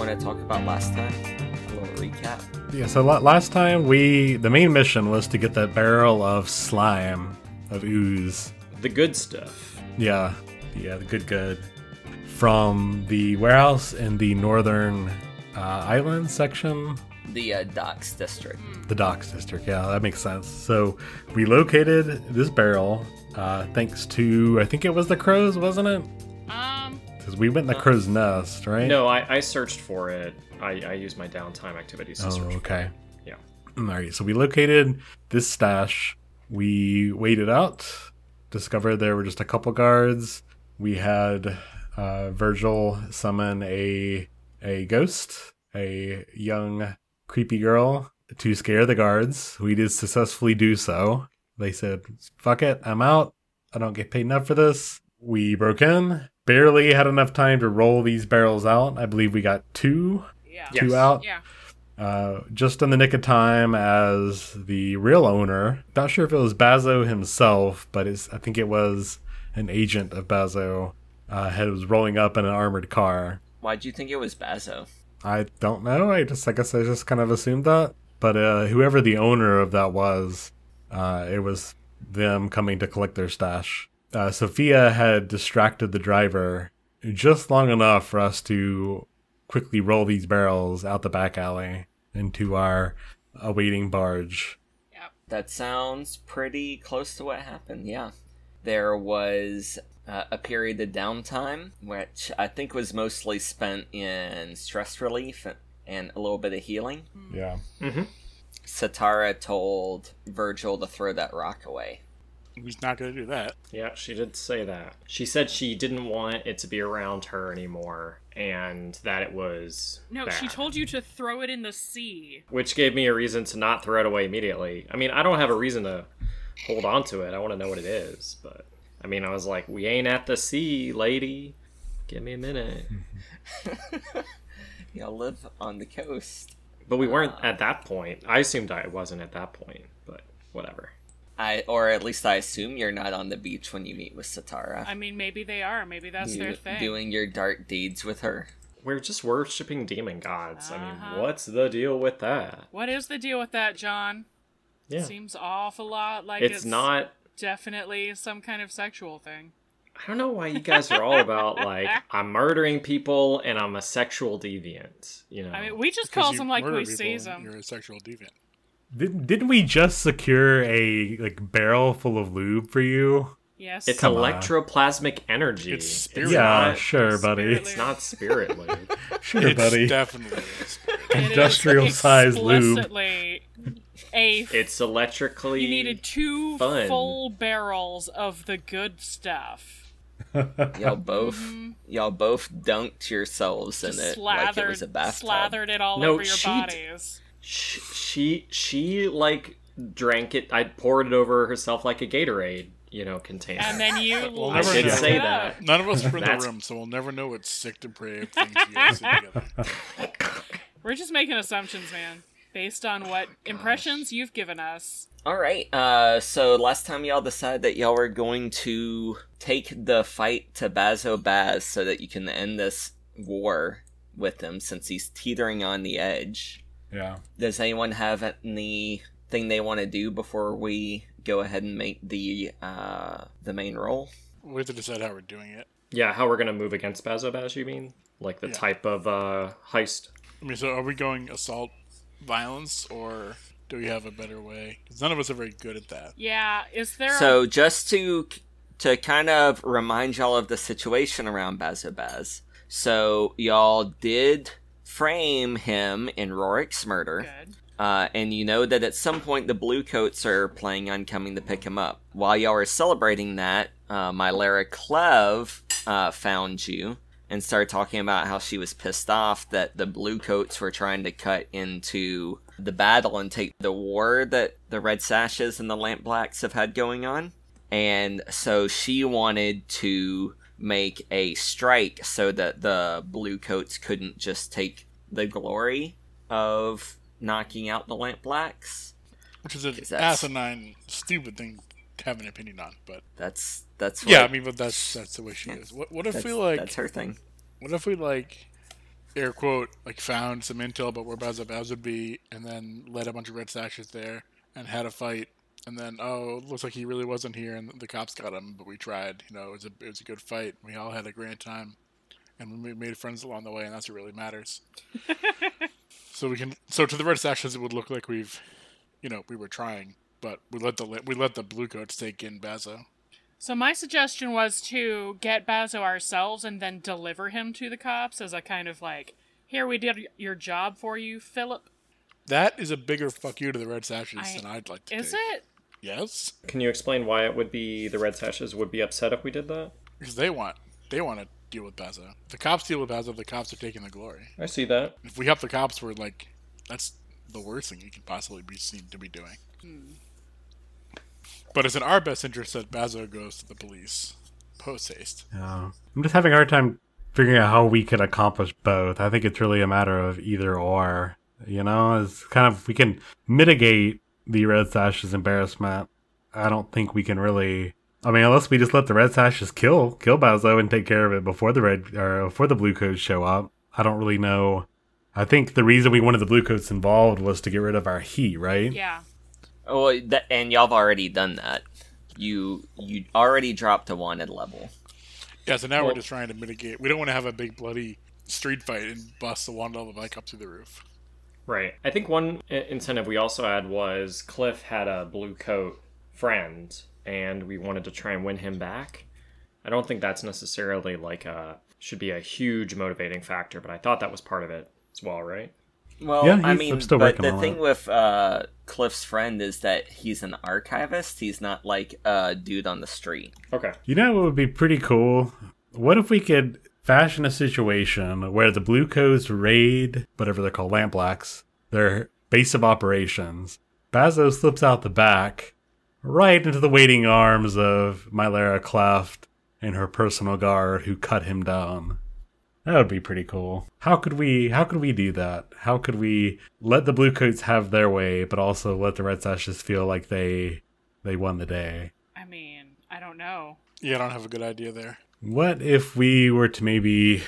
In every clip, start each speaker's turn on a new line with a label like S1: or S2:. S1: Uh, I talked about last time. A little recap.
S2: Yeah, so la- last time we the main mission was to get that barrel of slime of ooze.
S3: The good stuff.
S2: Yeah, yeah, the good good from the warehouse in the northern uh, island section,
S1: The uh, docks district.
S2: the docks district. Yeah, that makes sense. So we located this barrel uh, thanks to I think it was the crows, wasn't it?
S4: Um,
S2: Because we went in the crow's nest, right?
S3: No, I, I searched for it. I, I used my downtime activities to
S2: Oh,
S3: search.
S2: okay.
S3: Yeah.
S2: All right, so we located this stash. We waited out, discovered there were just a couple guards. We had uh, Virgil summon a a ghost, a young creepy girl, to scare the guards. We did successfully do so. They said, "Fuck it, I'm out. I don't get paid enough for this." We broke in. Barely had enough time to roll these barrels out. I believe we got two,
S4: yeah.
S3: Yeah. Yes.
S2: two out
S4: Yeah.
S2: uh, just in the nick of time as the real owner. Not sure if it was Bazo himself, but it's, I think it was an agent of Bazo. Uh, had was rolling up in an armored car.
S1: Why'd you think it was Bazo?
S2: I don't know. I just I guess I just kind of assumed that. But uh, whoever the owner of that was, uh, it was them coming to collect their stash. Uh, Sophia had distracted the driver just long enough for us to quickly roll these barrels out the back alley into our awaiting barge.
S1: That sounds pretty close to what happened, yeah. There was uh, a period of downtime, which I think was mostly spent in stress relief and a little bit of healing.
S2: Yeah.
S1: Satara told Virgil to throw that rock away.
S5: He's not going to do that.
S3: Yeah, she did say that. She said she didn't want it to be around her anymore and that it was.
S4: No,
S3: bad,
S4: she told you to throw it in the sea.
S3: Which gave me a reason to not throw it away immediately. I mean, I don't have a reason to hold on to it. I want to know what it is. But, I mean, I was like, we ain't at the sea, lady. Give me a minute.
S2: Hmm.
S1: Y'all live on the coast.
S3: But we weren't at that point. I assumed I wasn't at that point, but whatever.
S1: I, or at least I assume you're not on the beach when you meet with Satara.
S4: I mean, maybe they are. Maybe that's
S1: You-
S3: Mm,
S4: their thing.
S1: Doing your dark deeds with her.
S3: We're just worshiping demon gods. I
S4: Uh-huh.
S3: mean, what's the deal with that?
S4: What is the deal with that, John?
S3: Yeah.
S4: Seems awful lot like
S3: it's,
S4: it's,
S3: not.
S4: definitely some kind of sexual thing.
S3: I don't know why you guys are all about, like, I'm murdering people and I'm a sexual deviant. You know?
S4: I mean, we just
S5: 'Cause
S4: calls
S5: you
S4: them like
S5: murder
S4: we
S5: people,
S4: sees them.
S5: You're a sexual deviant.
S2: Didn't didn't we just secure a like barrel full of lube for you?
S4: Yes.
S3: it's
S2: Come on.
S3: electroplasmic energy.
S5: It's spirit.
S2: yeah,
S3: not-
S2: sure, buddy.
S4: Spirit
S3: It's not spirit lube.
S2: Sure,
S5: It's
S2: buddy.
S5: definitely is.
S4: It is
S2: industrial-sized lube.
S4: explicitly A
S3: it's electrically.
S4: You needed two
S3: fun.
S4: full barrels of the good stuff.
S1: Y'all both, y'all both dunked yourselves in
S4: Mm-hmm. Just
S1: it
S4: slathered,
S1: like it was a bathtub.
S4: slathered it all
S3: No,
S4: over your
S3: she d-
S4: bodies.
S3: Sh- she she like drank it. I poured it over herself like a Gatorade, you know, container.
S4: And then you
S5: We'll
S3: I
S4: licked
S5: never
S3: did
S5: know.
S4: it
S3: say
S4: up.
S3: that.
S5: None of us were in the
S3: That's-
S5: room, so we'll never know what sick, depraved things you guys did together.
S4: We're just making assumptions, man, based on
S3: Oh
S4: what impressions you've given us.
S1: All right. Uh, so last time y'all decided that y'all were going to take the fight to Bazo Baz so that you can end this war with him since he's teetering on the edge.
S2: Yeah.
S1: Does anyone have anything they want to do before we go ahead and make the uh, the main roll?
S5: We have to decide how we're doing it.
S3: Yeah, how we're gonna move against Bazobaz, you mean? Like the
S5: Yeah.
S3: type of uh heist.
S5: I mean, so are we going assault, violence, or do we have a better way? 'Cause none of us are very good at that.
S4: Yeah, is there?
S1: So just to to kind of remind y'all of the situation around Bazobaz. So y'all did frame him in Rorik's murder.
S4: a... good?
S1: Uh, and you know that at some point the Bluecoats are planning on coming to pick him up. While y'all are celebrating that, uh, my Lara Clev uh, found you and started talking about how she was pissed off that the Bluecoats were trying to cut into the battle and take the war that the Red Sashes and the Lamp Blacks have had going on. And so she wanted to make a strike so that the Bluecoats couldn't just take the glory of knocking out the lamp blacks.
S5: Which is an
S1: 'Cause that's-
S5: asinine, stupid thing to have an opinion on. But
S1: That's that's what,
S5: yeah, I mean, but that's that's the way she is. What, what if
S1: that's,
S5: we like?
S1: that's her thing.
S5: What if we like air quote like found some intel about where Bazabaz would be, and then led a bunch of red sashes there and had a fight. And then oh, it looks like he really wasn't here, and the cops got him. But we tried. You know, it was a it was a good fight. We all had a grand time, and we made friends along the way, and that's what really matters. so we can so to the red sashes, it would look like we've, you know, we were trying, but we let the we let the blue coats take in Bazo.
S4: So my suggestion was to get Bazo ourselves and then deliver him to the cops as a kind of like, here we did your job for you, Philip.
S5: That is a bigger fuck you to the red sashes
S4: I-
S5: than I'd like to.
S4: Is
S5: take.
S4: it?
S5: Yes,
S3: Can you explain why it would be the Red Sashes would be upset if we did that?
S5: because they want they want to deal with Bazo. If the cops deal with Bazo, the cops are taking the glory.
S3: I see that.
S5: If we help the cops, we're like, that's the worst thing you can possibly be seen to be doing. But it's in our best interest that Bazo goes to the police post haste.
S2: Yeah. I'm just having a hard time figuring out how we could accomplish both. I think it's really a matter of either or. You know, it's kind of we can mitigate the Red Sashes embarrassment. I don't think we can really. I mean, unless we just let the Red Sashes kill kill Bazo and take care of it before the red or before the Blue Coats show up. I don't really know. I think the reason we wanted the Blue Coats involved was to get rid of our heat, right?
S4: Yeah.
S1: Oh, that, and y'all have already done that. You you already dropped to wanted level.
S5: Yeah, so now we're
S3: Well-
S5: just trying to mitigate. We don't want to have a big bloody street fight and bust the one level bike up to the roof.
S3: Right. I think one i- incentive we also had was Cliff had a blue coat friend, and we wanted to try and win him back. I don't think that's necessarily like a should be a huge motivating factor, but I thought that was part of it as well, right?
S1: Well,
S2: Yeah,
S1: I
S2: he's-
S1: mean,
S2: I'm still
S1: but
S2: working
S1: the
S2: on
S1: thing
S2: it.
S1: with uh, Cliff's friend is that he's an archivist. He's not like a dude on the street.
S3: Okay.
S2: You know what would be pretty cool? What if we could fashion a situation where the Blue Codes raid whatever they're called, Lamplacks, their base of operations. Bazo slips out the back, right into the waiting arms of Mylera Cleft and her personal guard who cut him down. That would be pretty cool. How could we how could we do that? How could we let the blue coats have their way, but also let the red sashes feel like they they won the day?
S4: I mean, I don't know.
S5: Yeah, I don't have a good idea there.
S2: What if we were to maybe.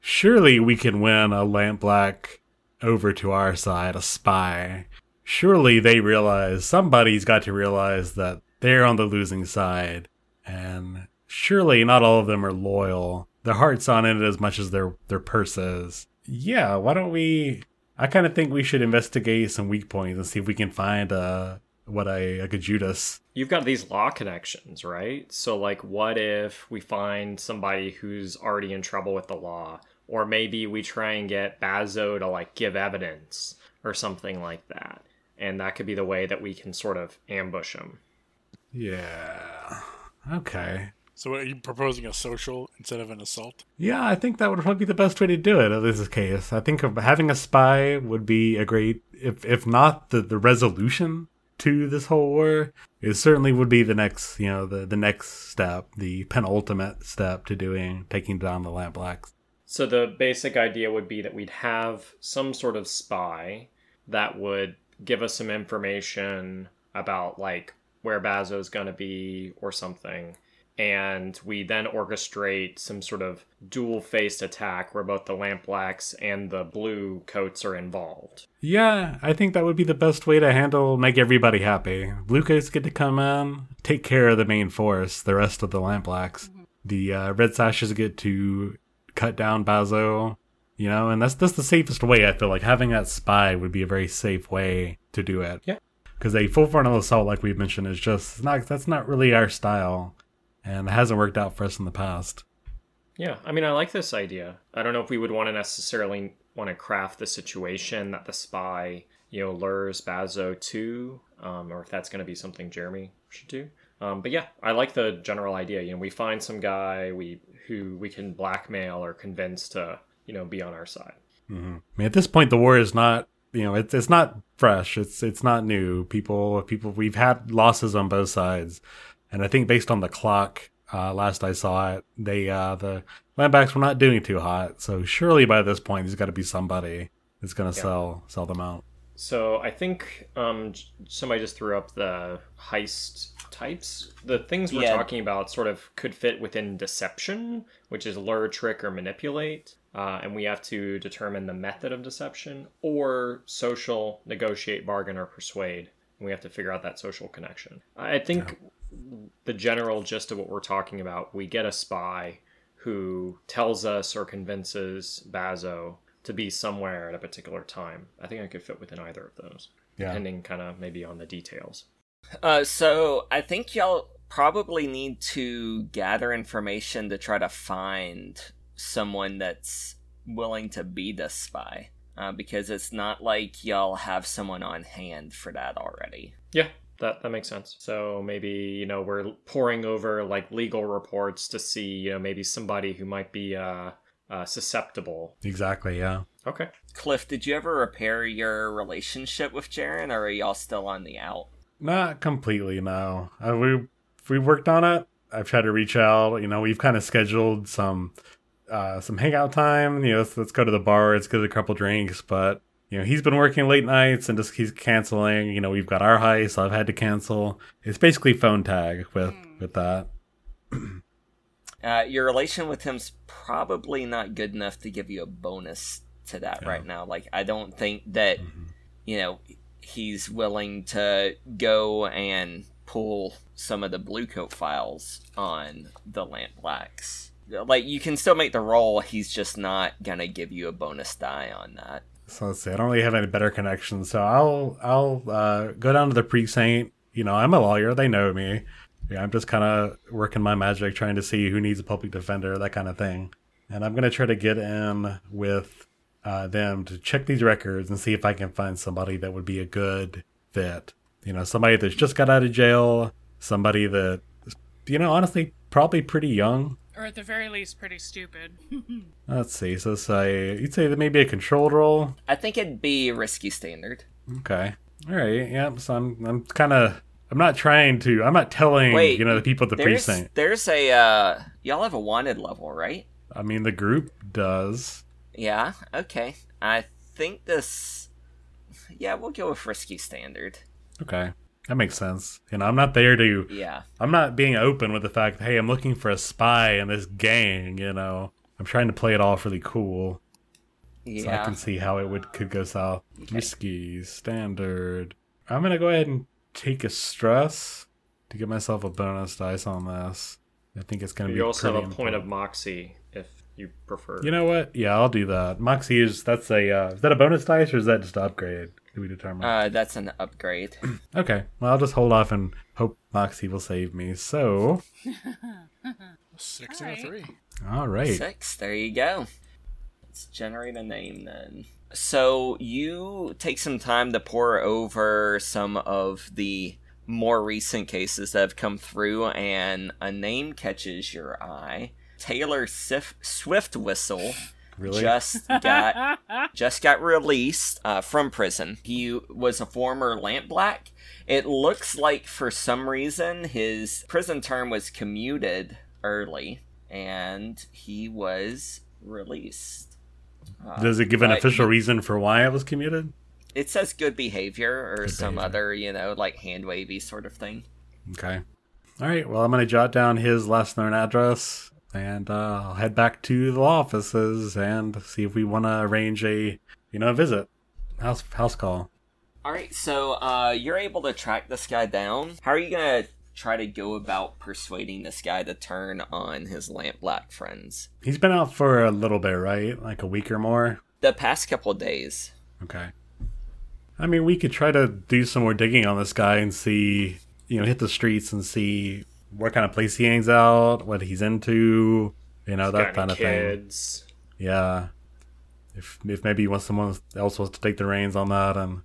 S2: Surely we can win a Lampblack over to our side, a spy. Surely they realize, somebody's got to realize that they're on the losing side. And surely not all of them are loyal. Their heart's on it as much as their, their purse is. Yeah, why don't we. I kind of think we should investigate some weak points and see if we can find a. What a. Like a Judas.
S3: You've got these law connections, right? So like what if we find somebody who's already in trouble with the law or maybe we try and get Bazo to like give evidence or something like that. And that could be the way that we can sort of ambush him.
S2: Yeah. Okay.
S5: So, what, are you proposing a social instead of an assault?
S2: Yeah, I think that would probably be the best way to do it in this case. I think of having a spy would be a great, if if not the, the resolution to this whole war, it certainly would be the next, you know, the, the next step, the penultimate step to doing taking down the Lampblacks.
S3: So the basic idea would be that we'd have some sort of spy that would give us some information about like where Bazo's going to be or something. And we then orchestrate some sort of dual faced attack where both the lampblacks and the blue coats are involved.
S2: Yeah, I think that would be the best way to handle make everybody happy. Blue coats get to come in, take care of the main force, the rest of the Lampblacks. The uh, Red Sashes get to cut down Bazo, you know, and that's that's the safest way. I feel like having that spy would be a very safe way to do it.
S3: Yeah.
S2: because a full frontal assault, like we've mentioned, is just it's not that's not really our style, and it hasn't worked out for us in the past.
S3: Yeah, I mean, I like this idea. I don't know if we would want to necessarily want to craft the situation that the spy, you know, lures Bazo to, um, or if that's going to be something Jeremy should do. Um, but yeah, I like the general idea. You know, we find some guy we who we can blackmail or convince to, you know, be on our side.
S2: hmm I mean, at this point, the war is not you know it's it's not fresh. It's it's not new. People people we've had losses on both sides, and I think based on the clock, uh, last I saw it, they uh, the landbacks were not doing too hot. So surely by this point, there's got to be somebody that's going to sell sell them out.
S3: So I think um, j- somebody just threw up the heist types. The things we're
S1: Yeah.
S3: talking about sort of could fit within deception, which is lure, trick, or manipulate. uh, and we have to determine the method of deception or social, negotiate, bargain, or persuade. And we have to figure out that social connection. I I think the general gist of what we're talking about we get a spy who tells us or convinces Bazo to be somewhere at a particular time. I think I could fit within either of those,
S2: Yeah.
S3: depending kind of maybe on the details.
S1: Uh, so I think y'all probably need to gather information to try to find someone that's willing to be the spy, uh, because it's not like y'all have someone on hand for that already.
S3: Yeah, that that makes sense. So maybe you know we're pouring over like legal reports to see you know maybe somebody who might be uh, uh susceptible.
S2: Exactly. Yeah.
S3: Okay.
S1: Cliff, did you ever repair your relationship with Jaren, or are y'all still on the out?
S2: Not completely. No. Uh, we we worked on it. I've tried to reach out. You know, we've kind of scheduled some uh, some hangout time. You know, let's, let's go to the bar. Let's get a couple drinks. But you know, he's been working late nights and just he's canceling. You know, we've got our heist. I've had to cancel. It's basically phone tag with with that.
S1: Uh, your relation with him's probably not good enough to give you a bonus to that right now. Like, I don't think that, you know, he's willing to go and pull some of the blue coat files on the Lamp Blacks. Like, you can still make the roll, he's just not going to give you a bonus die on that.
S2: So let's see. I don't really have any better connections, so I'll I'll uh, go down to the precinct. You know, I'm a lawyer; they know me. Yeah, I'm just kind of working my magic, trying to see who needs a public defender, that kind of thing. And I'm gonna try to get in with uh, them to check these records and see if I can find somebody that would be a good fit. You know, somebody that's just got out of jail, somebody that, you know, honestly, probably pretty young.
S4: Or at the very least, pretty stupid.
S2: Let's see. So say you'd say that maybe a controlled role.
S1: I think it'd be risky standard.
S2: Okay. All right. Yep. So I'm I'm kind of I'm not trying to I'm not telling
S1: Wait,
S2: you know the people at the
S1: There's,
S2: precinct.
S1: there's a, uh, y'all have a wanted level, right?
S2: I mean the group does.
S1: Yeah, okay. I think this. Yeah, we'll go with risky standard.
S2: Okay. That makes sense. You know, I'm not there to
S1: Yeah.
S2: I'm not being open with the fact hey, I'm looking for a spy in this gang, you know. I'm trying to play it off really cool so I
S1: Yeah.
S2: can see how it would could go south. Risky, standard. I'm going to go ahead and take a stress to get myself a bonus dice on this. I think it's going to be
S3: You also have a
S2: pretty
S3: point
S2: important.
S3: of moxie if you prefer.
S2: You know what? Yeah, I'll do that. Moxie is that's a uh, is that a bonus dice or is that just an upgrade? Do we determine?
S1: Uh, that's an upgrade.
S2: okay, well I'll just hold off and hope Moxie will save me. So,
S5: Six and a three.
S2: all right,
S1: Six. There you go. Let's generate a name then. So you take some time to pour over some of the more recent cases that have come through, and a name catches your eye. Taylor Sif- Swift Whistle
S2: really?
S1: just got just got released uh, from prison. He was a former lampblack. It looks like for some reason his prison term was commuted early, and he was released.
S2: Does it give an
S1: Uh,
S2: official reason for why it was commuted?
S1: It says good behavior or
S2: Good
S1: some
S2: behavior.
S1: other, you know, like hand wavy sort of thing.
S2: Okay, all right. Well, I'm gonna jot down his last known address, and uh, I'll head back to the law offices and see if we want to arrange a you know a visit, house house call.
S1: All right, so uh, you're able to track this guy down. How are you gonna try to go about persuading this guy to turn on his lampblack friends?
S2: He's been out for a little bit, right? Like a week or more.
S1: The past couple days,
S2: Okay. I mean, we could try to do some more digging on this guy and see, you know, hit the streets and see what kind of place he hangs out, what he's into, you know, that
S3: Got
S2: kind
S3: any
S2: of thing.
S3: kids?
S2: Yeah. If if maybe once someone else wants to take the reins on that and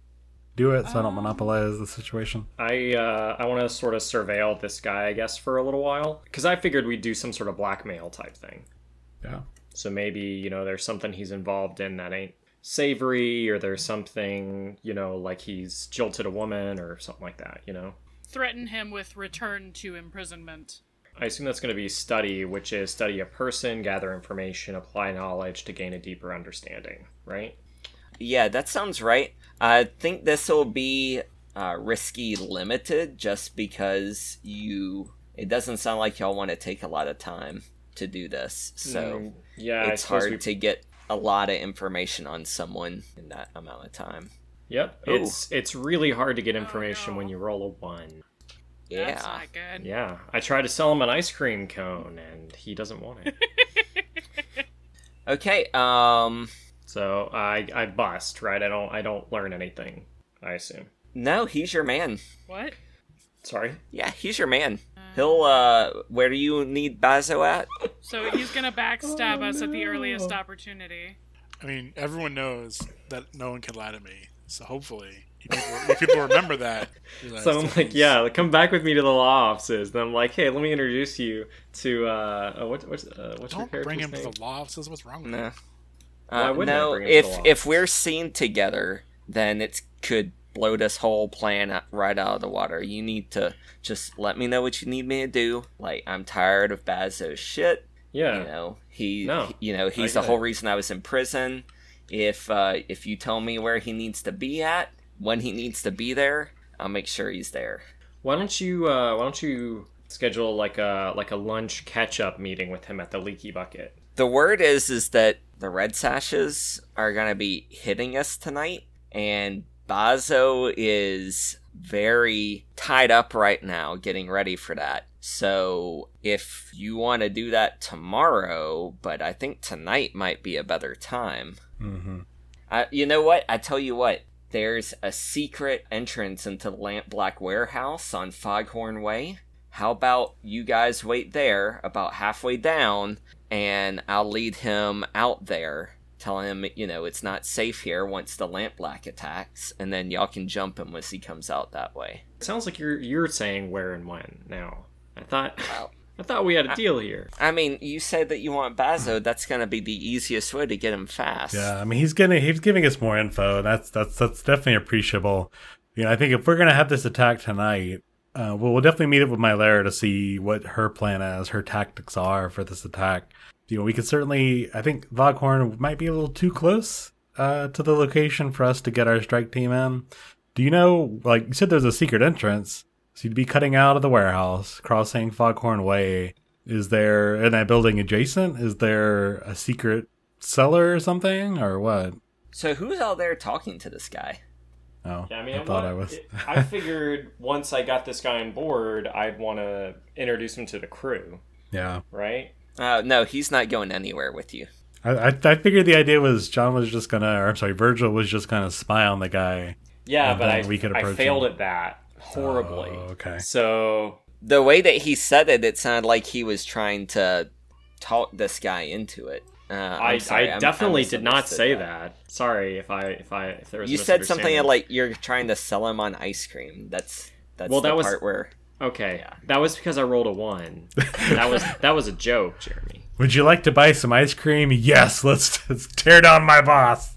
S2: do it, so I don't monopolize the situation.
S3: I uh, I want to sort of surveil this guy, I guess, for a little while because I figured we'd do some sort of blackmail type thing.
S2: Yeah.
S3: So maybe, you know, there's something he's involved in that ain't savory, or there's something, you know, like he's jilted a woman or something like that, you know?
S4: Threaten him with return to imprisonment.
S3: I assume that's going to be study, which is study a person, gather information, apply knowledge to gain a deeper understanding, right?
S1: Yeah, that sounds right. I think this will be uh, risky limited just because you. It doesn't sound like y'all want to take a lot of time to do this, so
S3: Mm, yeah, I
S1: it's
S3: suppose
S1: hard
S3: we
S1: to get a lot of information on someone in that amount of time.
S3: Yep.
S1: Ooh.
S3: It's it's really hard to get
S4: Oh,
S3: information
S4: no.
S3: when you roll a one.
S1: Yeah.
S4: That's not good.
S3: Yeah. I tried to sell him an ice cream cone and he doesn't want it.
S1: Okay. Um.
S3: so I I bust, right? I don't I don't learn anything, I assume.
S1: No, he's your man.
S4: What?
S3: Sorry.
S1: Yeah, he's your man. He'll. uh Where do you need Bazo at?
S4: So he's gonna backstab
S3: Oh,
S4: us at the
S3: no.
S4: earliest opportunity.
S5: I mean, everyone knows that no one can lie to me. So hopefully, if people, if people remember that. realize
S3: So I'm
S5: that
S3: like,
S5: he's-
S3: yeah, come back with me to the law offices. And I'm like, hey, let me introduce you to uh, uh what, what's uh, what's your
S5: Don't
S3: character's
S5: bring him
S3: name?
S5: to the law offices. What's wrong with
S1: No.
S3: Why
S1: Uh,
S3: wouldn't I
S1: no.
S3: bring him
S1: If
S3: to the
S1: if
S3: office?
S1: we're seen together, then it could blow this whole plan up- right out of the water. You need to just let me know what you need me to do. Like I'm tired of Bazo's shit.
S3: yeah.
S1: you know he,
S3: No,
S1: he- you know he's the
S3: get
S1: whole
S3: it.
S1: reason i was in prison if uh if you tell me where he needs to be at when he needs to be there i'll make sure he's there
S3: Why don't you uh, why don't you schedule like a like a lunch catch up meeting with him at the Leaky Bucket?
S1: the word is is that the red sashes are gonna be hitting us tonight and bazo is very tied up right now getting ready for that so if you want to do that tomorrow but i think tonight might be a better time
S2: Mm-hmm.
S1: Uh, you know what? I tell you what. There's a secret entrance into the Lamp Black Warehouse on Foghorn Way. How about you guys wait there, about halfway down, and I'll lead him out there. Tell him, you know, it's not safe here once the Lamp Black attacks, and then y'all can jump him once he comes out that way.
S3: It sounds like you're you're saying where and when now. I thought
S1: Wow.
S3: I thought we had a deal here.
S1: I mean, you said that you want Bazo. That's going to be the easiest way to get him fast.
S2: Yeah, I mean he's getting he's giving us more info. That's that's that's definitely appreciable. You know, I think if we're gonna have this attack tonight, uh, well, we'll definitely meet up with Mylara to see what her plan is, her tactics are for this attack. You know, we could certainly. I think Voghorn might be a little too close uh, to the location for us to get our strike team in. Do you know, like you said, there's a secret entrance, so you'd be cutting out of the warehouse, crossing Foghorn Way. Is there in that building adjacent? Is there a secret cellar or something or what?
S1: So who's out there talking to this guy?
S2: Oh,
S3: Yeah, I mean,
S2: thought I was.
S3: I figured once I got this guy on board, I'd want to introduce him to the crew,
S2: yeah,
S3: right?
S1: Uh, no, he's not going anywhere with you.
S2: I, I I figured the idea was John was just gonna, or I'm sorry, Virgil was just gonna spy on the guy.
S3: Yeah,
S2: And
S3: but
S2: then
S3: I,
S2: we could
S3: I
S2: approach
S3: failed
S2: him.
S3: at that horribly.
S2: Oh, okay.
S3: So
S1: the way that he said it, it sounded like he was trying to talk this guy into it. Uh, I'm
S3: I,
S1: sorry, I'm-
S3: I definitely did not
S1: misunderstood
S3: say that. Sorry if I if I if there was a
S1: You said something
S3: misunderstanding.
S1: like you're trying to sell him on ice cream. That's that's
S3: Well,
S1: the
S3: that was-
S1: part where
S3: okay that was because I rolled a one. that was that was a joke, Jeremy.
S2: Would you like to buy some ice cream? Yes, let's, let's tear down my boss.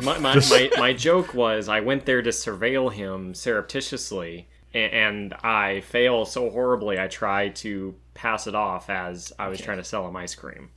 S3: My my, my my joke was I went there to surveil him surreptitiously, a- and I fail so horribly. I try to pass it off as I was trying to sell him ice cream.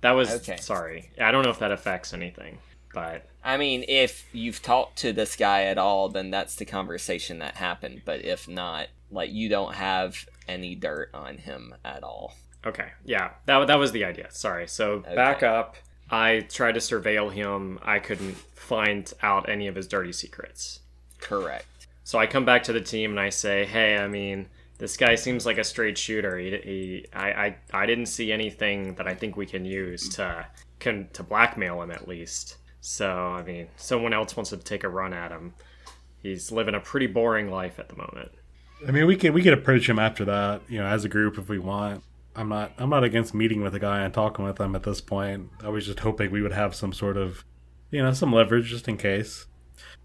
S3: That was
S1: Okay.
S3: sorry. I don't know if that affects anything, but
S1: I mean, if you've talked to this guy at all, then that's the conversation that happened. But if not, like you don't have any dirt on him at all.
S3: Okay. Yeah. That that was the idea. Sorry. So back up. I tried to surveil him. I couldn't find out any of his dirty secrets.
S1: Correct.
S3: So I come back to the team and I say, "Hey, I mean, this guy seems like a straight shooter. He, he I, I, I didn't see anything that I think we can use to can to blackmail him at least. So I mean, someone else wants to take a run at him. He's living a pretty boring life at the moment.
S2: I mean, we could we could approach him after that, you know, as a group if we want. I'm not I'm not against meeting with a guy and talking with him at this point. I was just hoping we would have some sort of, you know, some leverage just in case.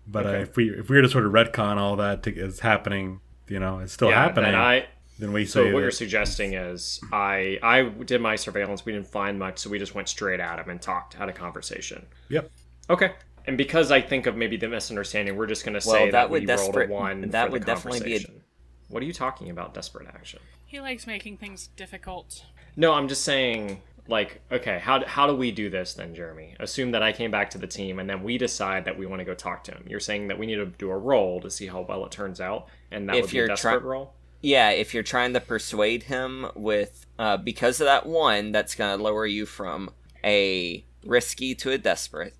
S2: But uh,
S3: Okay.
S2: if we if we were to sort of retcon all that to, is happening, you know, it's still
S3: yeah.
S2: happening.
S3: And I
S2: then we
S3: So
S2: say
S3: what you're
S2: that-
S3: suggesting is I I did my surveillance. We didn't find much, so we just went straight at him and talked, had a conversation.
S2: yep.
S3: Okay. And because I think of maybe the misunderstanding, we're just going to say
S1: Well,
S3: that,
S1: that would
S3: we
S1: desperate-
S3: rolled a one.
S1: that
S3: for
S1: would
S3: the
S1: definitely be a-
S3: conversation. What are you talking about? Desperate action?
S4: He likes making things difficult.
S3: No, I'm just saying. Like, okay, how how do we do this then, Jeremy? Assume that I came back to the team, and then we decide that we want to go talk to him. You're saying that we need to do a roll to see how well it turns out, and that
S1: If
S3: would be
S1: you're
S3: a
S1: try-
S3: desperate roll.
S1: Yeah, if you're trying to persuade him with uh, because of that one, that's gonna lower you from a risky to a desperate.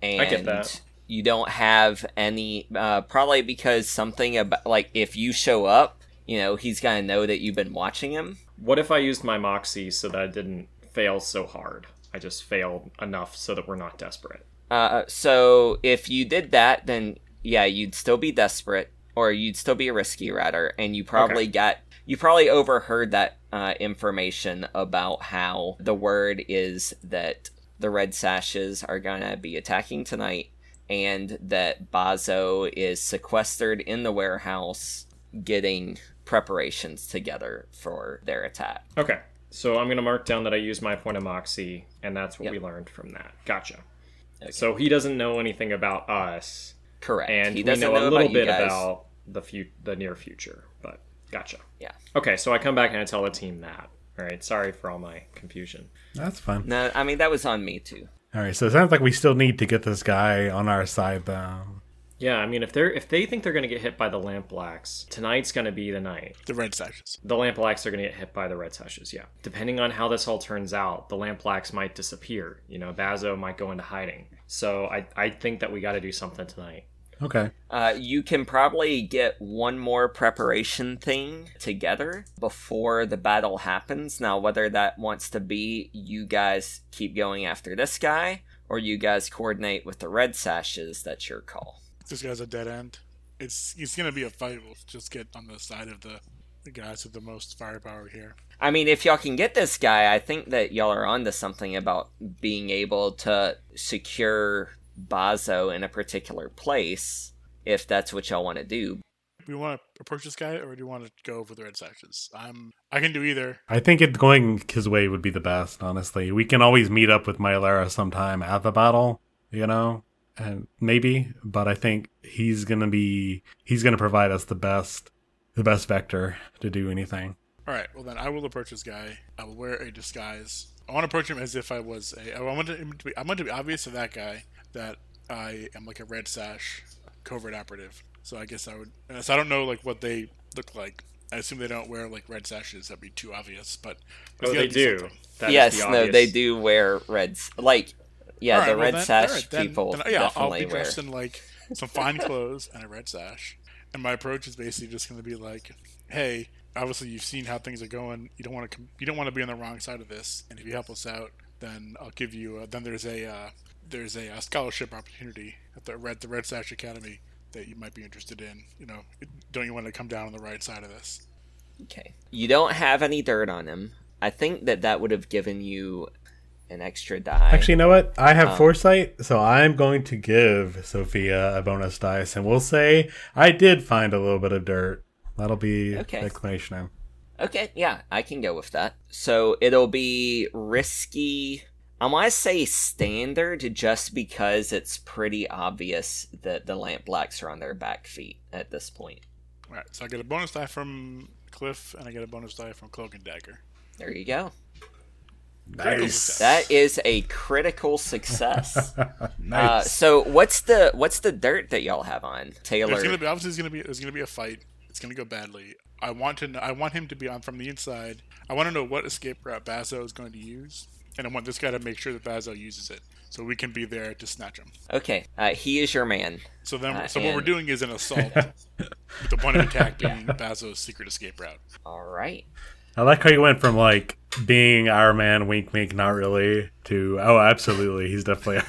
S1: And
S3: I get that.
S1: You don't have any, uh, probably because something about, like, if you show up, you know, he's going to know that you've been watching him.
S3: What if I used my moxie so that I didn't fail so hard? I just failed enough so that we're not desperate.
S1: Uh, so if you did that, then yeah, you'd still be desperate, or you'd still be a risky rider, and you probably got you probably overheard that uh, information about how the word is that the red sashes are gonna be attacking tonight, and that Bazo is sequestered in the warehouse, getting preparations together for their attack.
S3: Okay, so I'm gonna mark down that I used my point of moxie, and that's what
S1: Yep.
S3: we learned from that. Gotcha. So he doesn't know anything about us,
S1: Correct.
S3: and
S1: he
S3: we
S1: doesn't
S3: know, a
S1: about
S3: little
S1: you
S3: bit
S1: guys.
S3: about the fu- the near future. But gotcha.
S1: Yeah.
S3: Okay, so I come back and I tell the team that. All right, sorry for all my confusion.
S2: That's fine.
S1: No, I mean that was on me too.
S2: All right, so it sounds like we still need to get this guy on our side, though.
S3: Yeah, I mean, if they're if they think they're gonna get hit by the lamp blacks, tonight's gonna be the night.
S5: The red sashes.
S3: The lamp blacks are gonna get hit by the red sashes. Yeah, depending on how this all turns out, the lamp blacks might disappear. You know, Bazo might go into hiding. So I I think that we got to do something tonight.
S2: Okay.
S1: Uh, you can probably get one more preparation thing together before the battle happens. Now, whether that wants to be you guys keep going after this guy or you guys coordinate with the red sashes, that's your call.
S5: This guy's a dead end. It's it's gonna be a fight. We'll just get on the side of the the guys with the most firepower here.
S1: I mean, if y'all can get this guy, I think that y'all are onto something about being able to secure Bazo in a particular place if that's what y'all want to do.
S5: Do we want to approach this guy, or do you want to go for the red sashes? I'm I can do either.
S2: I think it going his way would be the best, honestly. We can always meet up with Mylara sometime at the battle, you know, and maybe. But I think he's gonna be he's gonna provide us the best the best vector to do anything.
S5: All right. Well, then I will approach this guy. I will wear a disguise. I want to approach him as if I was a. I want him to be. I want it to be obvious to that guy that I am like a red sash covert operative. So I guess I would. and So I don't know like what they look like. I assume they don't wear like red sashes. That'd be too obvious. But
S3: Oh,
S5: there's gotta
S3: they
S5: be
S3: do.
S5: something.
S3: That is
S1: yes,
S3: the
S1: no,
S3: obvious.
S1: they do wear reds. Like, yeah,
S5: All right,
S1: the
S5: well,
S1: red
S5: then-
S1: sash
S5: all right, then-
S1: people
S5: then, yeah,
S1: definitely
S5: I'll be
S1: wear.
S5: dressed in like some fine clothes and a red sash, and my approach is basically just going to be like, "Hey, obviously you've seen how things are going. You don't want to you don't want to be on the wrong side of this. And if you help us out, then I'll give you. A, then there's a uh, there's a, uh scholarship opportunity at the red the Red Sash Academy that you might be interested in. You know, don't you want to come down on the right side of this?
S1: Okay. You don't have any dirt on him. I think that that would have given you an extra die.
S2: Actually, you know what? I have foresight, so I'm going to give Sophia a bonus dice, and we'll say I did find a little bit of dirt. That'll be
S1: Okay.
S2: the explanation.
S1: Okay, yeah, I can go with that. So it'll be risky. I want to say standard just because it's pretty obvious that the lamp blacks are on their back feet at this point.
S5: All right. So I get a bonus die from Cliff, and I get a bonus die from Cloak and Dagger.
S1: There you go.
S2: Nice.
S1: That is a critical success. Uh,
S2: nice.
S1: so what's the what's the dirt that y'all have on Taylor?
S5: There's gonna be obviously there's gonna be there's gonna be a fight. It's gonna go badly. I want to know, I want him to be on from the inside. I want to know what escape route Bazo is going to use, and I want this guy to make sure that Bazo uses it, so we can be there to snatch him.
S1: Okay, uh, he is your man.
S5: So then,
S1: Uh,
S5: so what we're
S1: and-
S5: doing is an assault with the point of attack being Bazo's secret escape route.
S1: All right.
S2: I like how you went from like being our man, wink, wink, not really, to oh, absolutely, he's definitely.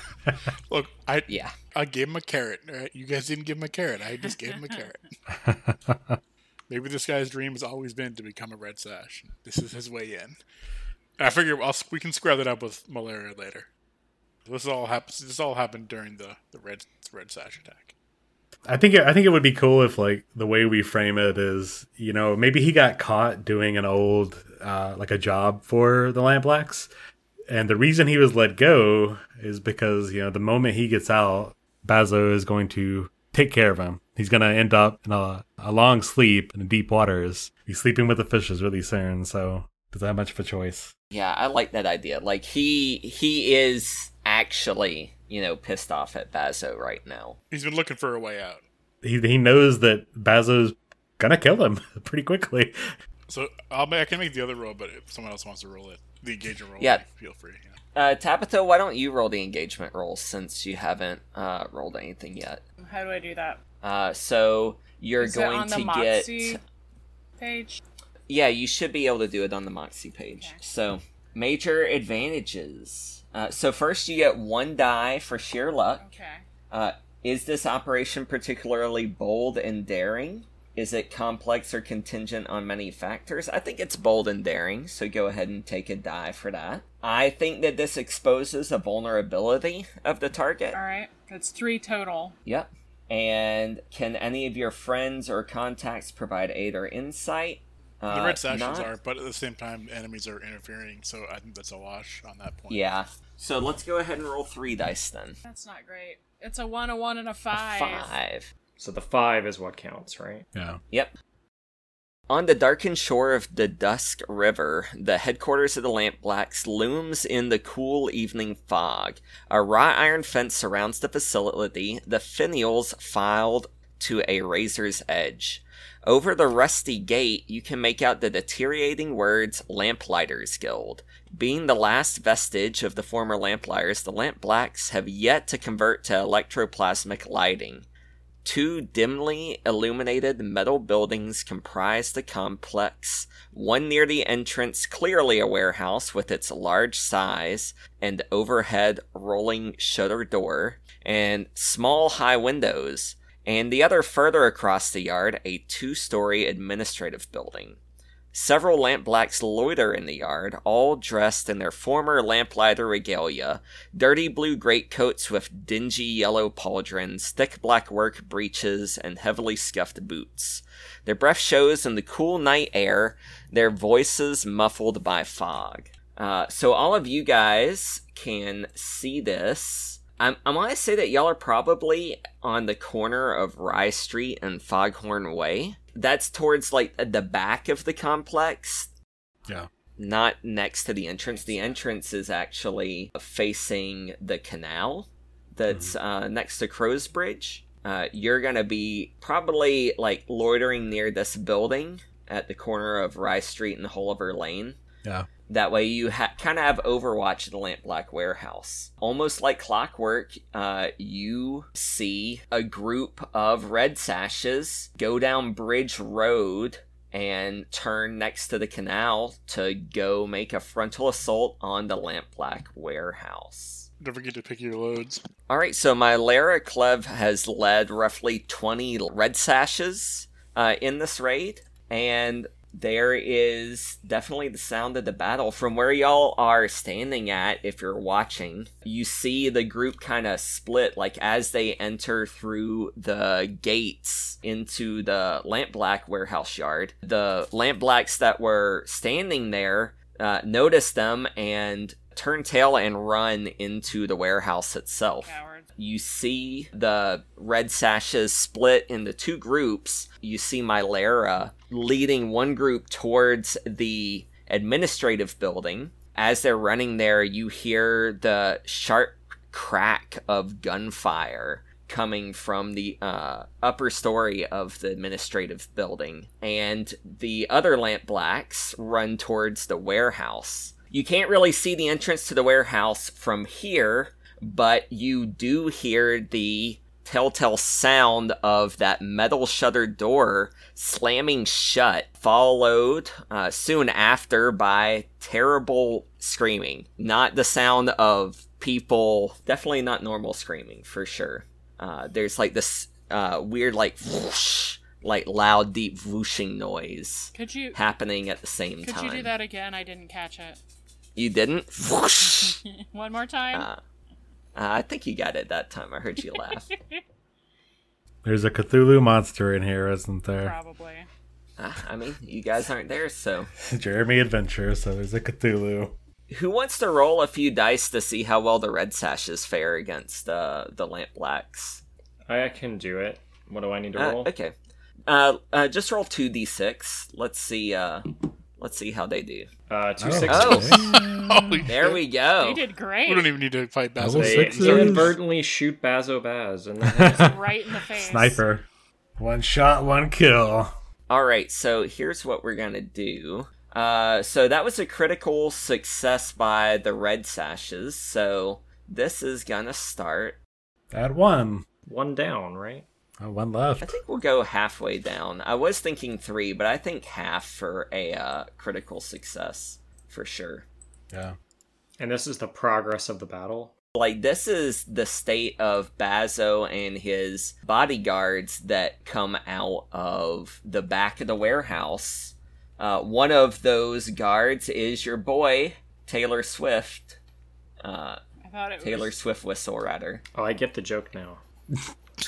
S5: Look, I
S1: Yeah.
S5: I gave him a carrot. all Right? You guys didn't give him a carrot. I just gave him a carrot. Maybe this guy's dream has always been to become a red sash. This is his way in. I figure I'll, we can square that up with malaria later. This all happens. This all happened during the the red red sash attack.
S2: I think it, I think it would be cool if like the way we frame it is, you know, maybe he got caught doing an old uh, like a job for the Lampblacks, and the reason he was let go is because you know the moment he gets out, Bazo is going to take care of him. He's going to end up in a, a long sleep in deep waters. He's sleeping with the fishes really soon, so doesn't have much of a choice.
S1: Yeah, I like that idea. Like he he is actually, you know, pissed off at Bazo right now.
S5: He's been looking for a way out.
S2: he he knows that Bazo's gonna kill him pretty quickly.
S5: So I'll ma- I can make the other roll, but if someone else wants to roll it, the engagement roll,
S1: Yeah.
S5: feel free. Yeah.
S1: Uh, Tapito, why don't you roll the engagement roll since you haven't uh, rolled anything yet?
S4: How do I do that?
S1: Uh, so you're
S4: Is it
S1: going
S4: on the
S1: to
S4: Moxie
S1: get.
S4: page?
S1: Yeah, you should be able to do it on the Moxie page.
S4: Okay.
S1: So major advantages. Uh, so first, you get one die for sheer luck.
S4: Okay.
S1: Uh, is this operation particularly bold and daring? Is it complex or contingent on many factors? I think it's bold and daring, so go ahead and take a die for that. I think that this exposes a vulnerability of the target.
S4: All right. That's three total.
S1: Yep. And can any of your friends or contacts provide aid or insight?
S5: The
S1: Uh,
S5: red sashes
S1: not-
S5: are, but at the same time, enemies are interfering, so I think that's a wash on that point.
S1: Yeah. So let's go ahead and roll three dice then.
S4: That's not great. It's a one, a one, and a
S1: A
S4: five.
S1: five.
S3: So the five is what counts, right?
S2: Yeah.
S1: Yep. On the darkened shore of the Dusk River, the headquarters of the Lampblacks looms in the cool evening fog. A wrought iron fence surrounds the facility, the finials filed to a razor's edge. Over the rusty gate, you can make out the deteriorating words Lamplighters Guild. Being the last vestige of the former lamplighters, the Lampblacks have yet to convert to electroplasmic lighting. Two dimly illuminated metal buildings comprise the complex, one near the entrance, clearly a warehouse with its large size and overhead rolling shutter door, and small high windows, and the other further across the yard, a two story administrative building. Several lampblacks loiter in the yard, all dressed in their former lamplighter regalia, dirty blue greatcoats with dingy yellow pauldrons, thick black work breeches, and heavily scuffed boots. Their breath shows in the cool night air, their voices muffled by fog. Uh, so all of you guys can see this. I'm, I'm gonna say that y'all are probably on the corner of Rye Street and Foghorn Way. That's towards like the back of the complex
S2: Yeah.
S1: not next to the entrance. The entrance is actually facing the canal that's uh, next to Crow's Bridge. Uh, you're going to be probably like loitering near this building at the corner of Rye Street and Holliver Lane.
S2: Yeah.
S1: That way, you ha- kind of have Overwatch at the Lampblack Warehouse. Almost like clockwork, uh, you see a group of red sashes go down Bridge Road and turn next to the canal to go make a frontal assault on the Lampblack Warehouse.
S5: Don't forget to pick your loads.
S1: All right, so my Lara Clev has led roughly 20 red sashes uh, in this raid, and there is definitely the sound of the battle from where y'all are standing at. If you're watching, you see the group kind of split, like as they enter through the gates into the Lampblack warehouse yard. The Lampblacks that were standing there uh, notice them and turn tail and run into the warehouse itself.
S4: Coward.
S1: You see the red sashes split into two groups. You see Mylera leading one group towards the administrative building. As they're running there, you hear the sharp crack of gunfire coming from the uh, upper story of the administrative building. And the other lamp blacks run towards the warehouse. You can't really see the entrance to the warehouse from here, but you do hear the telltale sound of that metal shuttered door slamming shut, followed uh, soon after by terrible screaming. Not the sound of people, definitely not normal screaming for sure. Uh, there's like this uh, weird, like, whoosh, like loud, deep whooshing noise
S4: Could you
S1: happening at the same
S4: could
S1: time.
S4: you do that again? I didn't catch it.
S1: You didn't? Whoosh.
S4: One more time.
S1: Uh, uh, I think you got it that time. I heard you laugh.
S2: There's a Cthulhu monster in here, isn't there?
S4: Probably.
S1: Uh, I mean, you guys aren't there, so.
S2: Jeremy Adventure, so there's a Cthulhu.
S1: Who wants to roll a few dice to see how well the red sashes fare against uh, the lamp blacks?
S3: I can do it. What do I need to
S1: Uh,
S3: roll?
S1: okay, uh, uh, just roll two d6. Let's see. Uh, let's see how they do.
S3: Uh, two
S2: Oh,
S3: sixes.
S2: okay.
S5: Holy
S1: There
S5: shit.
S1: we go.
S4: You did great.
S5: We don't even need to fight Basil.
S2: Double
S3: They
S2: Sixes.
S3: inadvertently shoot Bazo Baz, and then
S4: right in the face.
S2: Sniper. One shot, one kill.
S1: All right, so here's what we're gonna do. Uh, so that was a critical success by the Red Sashes. So this is gonna start.
S2: At one.
S3: One down, right?
S2: Uh, one
S1: I
S2: left.
S1: think we'll go halfway down. I was thinking three, but I think half for a uh, critical success for sure.
S2: Yeah.
S3: And this is the progress of the battle.
S1: like this is the state of Bazo and his bodyguards that come out of the back of the warehouse. Uh, one of those guards is your boy Taylor Swift. Uh,
S4: I thought it
S1: Taylor
S4: was.
S1: Swift whistle rider.
S3: Oh, I get the joke now.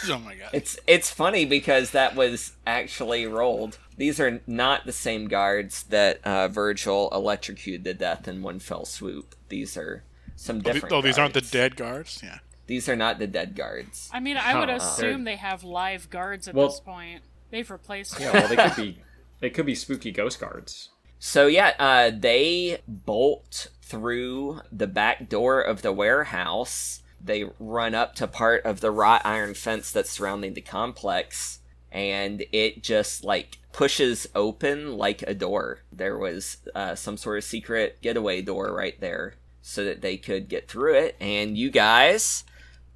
S5: Oh my god.
S1: It's it's funny because that was actually rolled. These are not the same guards that uh, Virgil electrocuted to death in one fell swoop. These are some
S5: Oh, th-
S1: different.
S5: oh, these aren't the
S1: guards.
S5: dead guards. Yeah.
S1: These are not the dead guards.
S4: I mean, I would
S3: Huh.
S4: assume they have live guards at
S3: Well-
S4: this point. They've replaced.
S3: Yeah, well, they could be they could be spooky ghost guards.
S1: So yeah, uh, they bolt through the back door of the warehouse. They run up to part of the wrought iron fence that's surrounding the complex, and it just like pushes open like a door. There was uh, some sort of secret getaway door right there, so that they could get through it. And you guys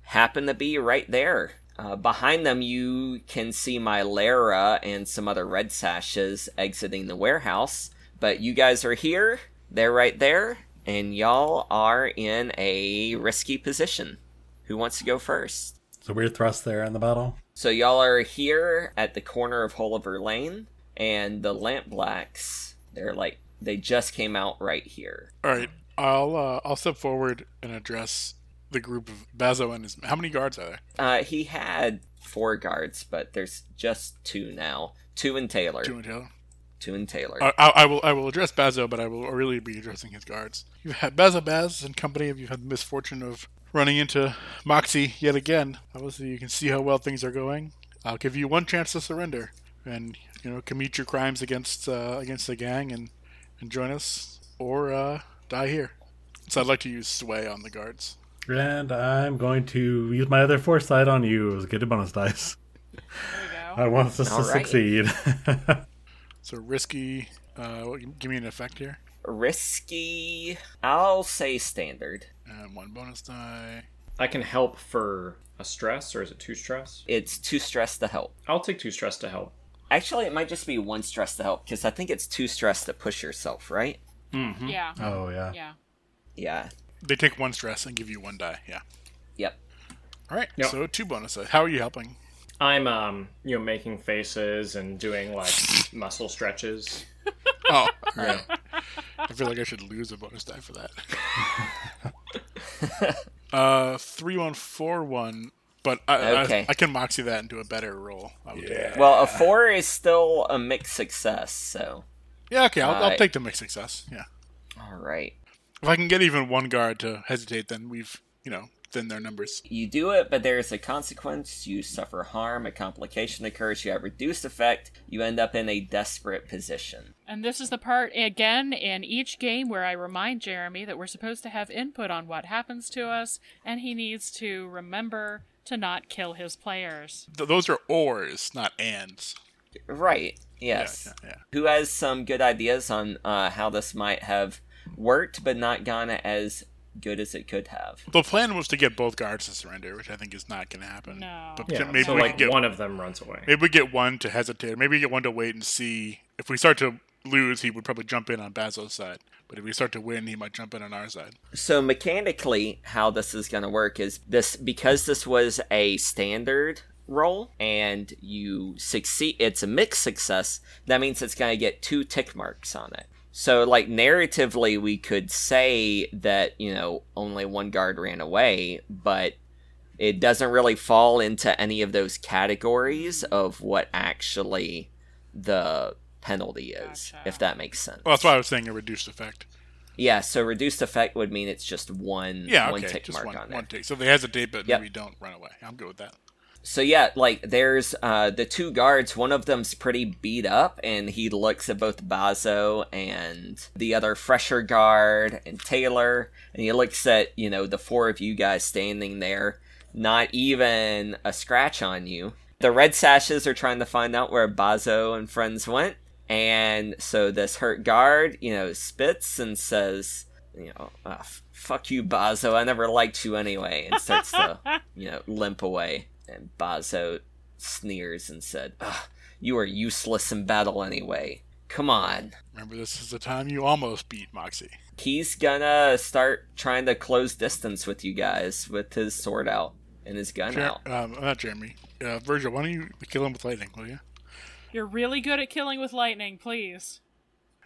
S1: happen to be right there. Uh, behind them, you can see my Lara and some other red sashes exiting the warehouse. But you guys are here, they're right there, and y'all are in a risky position. Who wants to go first?
S2: It's a weird thrust there in the battle.
S1: So y'all are here at the corner of Holiver Lane, and the Lampblacks, they're like, they just came out right here.
S5: All right. I'll uh, I'll step forward and address the group of Bazo and his. How many guards are there?
S1: Uh, he had four guards, but there's just two now. Two and Taylor.
S5: Two and Taylor.
S1: Two and Taylor.
S5: I, I, I will I will address Bazo, but I will really be addressing his guards. You've had Bazo Baz and company. You've had the misfortune of running into Moxie yet again. Obviously, you can see how well things are going. I'll give you one chance to surrender, and you know commit your crimes against uh, against the gang and and join us, or uh, die here. So I'd like to use sway on the guards.
S2: And I'm going to use my other foresight on you. Get a bonus dice.
S4: There we go.
S2: I want this to
S1: All right.
S2: succeed.
S5: So risky. Uh, what- give me an effect here.
S1: risky. I'll say standard.
S5: And Um, one bonus die.
S3: I can help for a stress, or is it two stress?
S1: It's two stress to help.
S3: I'll take two stress to help.
S1: Actually, it might just be one stress to help because I think it's two stress to push yourself, right?
S5: Uh-huh.
S3: Mm-hmm.
S4: Yeah.
S2: oh, yeah.
S4: Yeah.
S1: Yeah.
S5: They take one stress and give you one die. Yeah.
S1: Yep.
S5: All right.
S3: Yep.
S5: So two bonus dice. How are you helping?
S3: I'm um, you know, making faces and doing like muscle stretches.
S5: Oh, all right. I feel like I should lose a bonus die for that. uh, three one four one. But I,
S1: Okay.
S5: I, I can moxie that and do a better roll. I would do that.
S1: Well, a four is still a mixed success, so.
S5: Yeah. Okay. I'll, I'll
S1: Alright.
S5: take the mixed success. Yeah.
S1: All right.
S5: If I can get even one guard to hesitate, then we've you know then their numbers.
S1: You do it, but there is a consequence. You suffer harm, a complication occurs, you have reduced effect, you end up in a desperate position.
S4: And this is the part again in each game where I remind Jeremy that we're supposed to have input on what happens to us, and he needs to remember to not kill his players.
S5: Th- those are ors, not ands.
S1: Right. Yes.
S5: Yeah, yeah, yeah.
S1: Who has some good ideas on uh, how this might have worked, but not gone as good as it could have?
S5: The plan was to get both guards to surrender, which I think is not going to happen.
S4: No.
S5: But
S3: Yeah,
S5: maybe
S3: so
S5: we
S3: like
S5: could get
S3: one of them runs away.
S5: Maybe we get one to hesitate. Maybe we get one to wait and see. If we start to lose, he would probably jump in on Basil's side. But if we start to win, he might jump in on our side.
S1: So mechanically, how this is going to work is this because this was a standard roll and you succeed. It's a mixed success. That means it's going to get two tick marks on it. So like narratively, we could say that you know only one guard ran away, but it doesn't really fall into any of those categories of what actually the penalty is,
S4: Gotcha.
S1: if that makes sense.
S5: Well, that's why I was saying a reduced effect.
S1: Yeah, so reduced effect would mean it's just one
S5: Yeah,
S1: one
S5: okay,
S1: tick
S5: just
S1: mark
S5: one,
S1: on there.
S5: one tick. So they hesitate, but
S1: Yep.
S5: maybe don't run away. I'm good with that.
S1: So yeah, like there's uh the two guards, one of them's pretty beat up and he looks at both Bazo and the other fresher guard and Taylor and he looks at, you know, the four of you guys standing there, not even a scratch on you. The Red Sashes are trying to find out where Bazo and friends went. And so this hurt guard, you know, spits and says, you know, "Ah, f- fuck you, Bazo. I never liked you anyway. And starts to, you know, limp away. And Bazo sneers and said, Ugh, you are useless in battle anyway. Come on.
S5: Remember, this is the time you almost beat Moxie.
S1: He's gonna start trying to close distance with you guys with his sword out and his gun
S5: Jer-
S1: out.
S5: um, not Jeremy. Uh, Virgil, why don't you kill him with lightning, will you?
S4: You're really good at killing with lightning, please.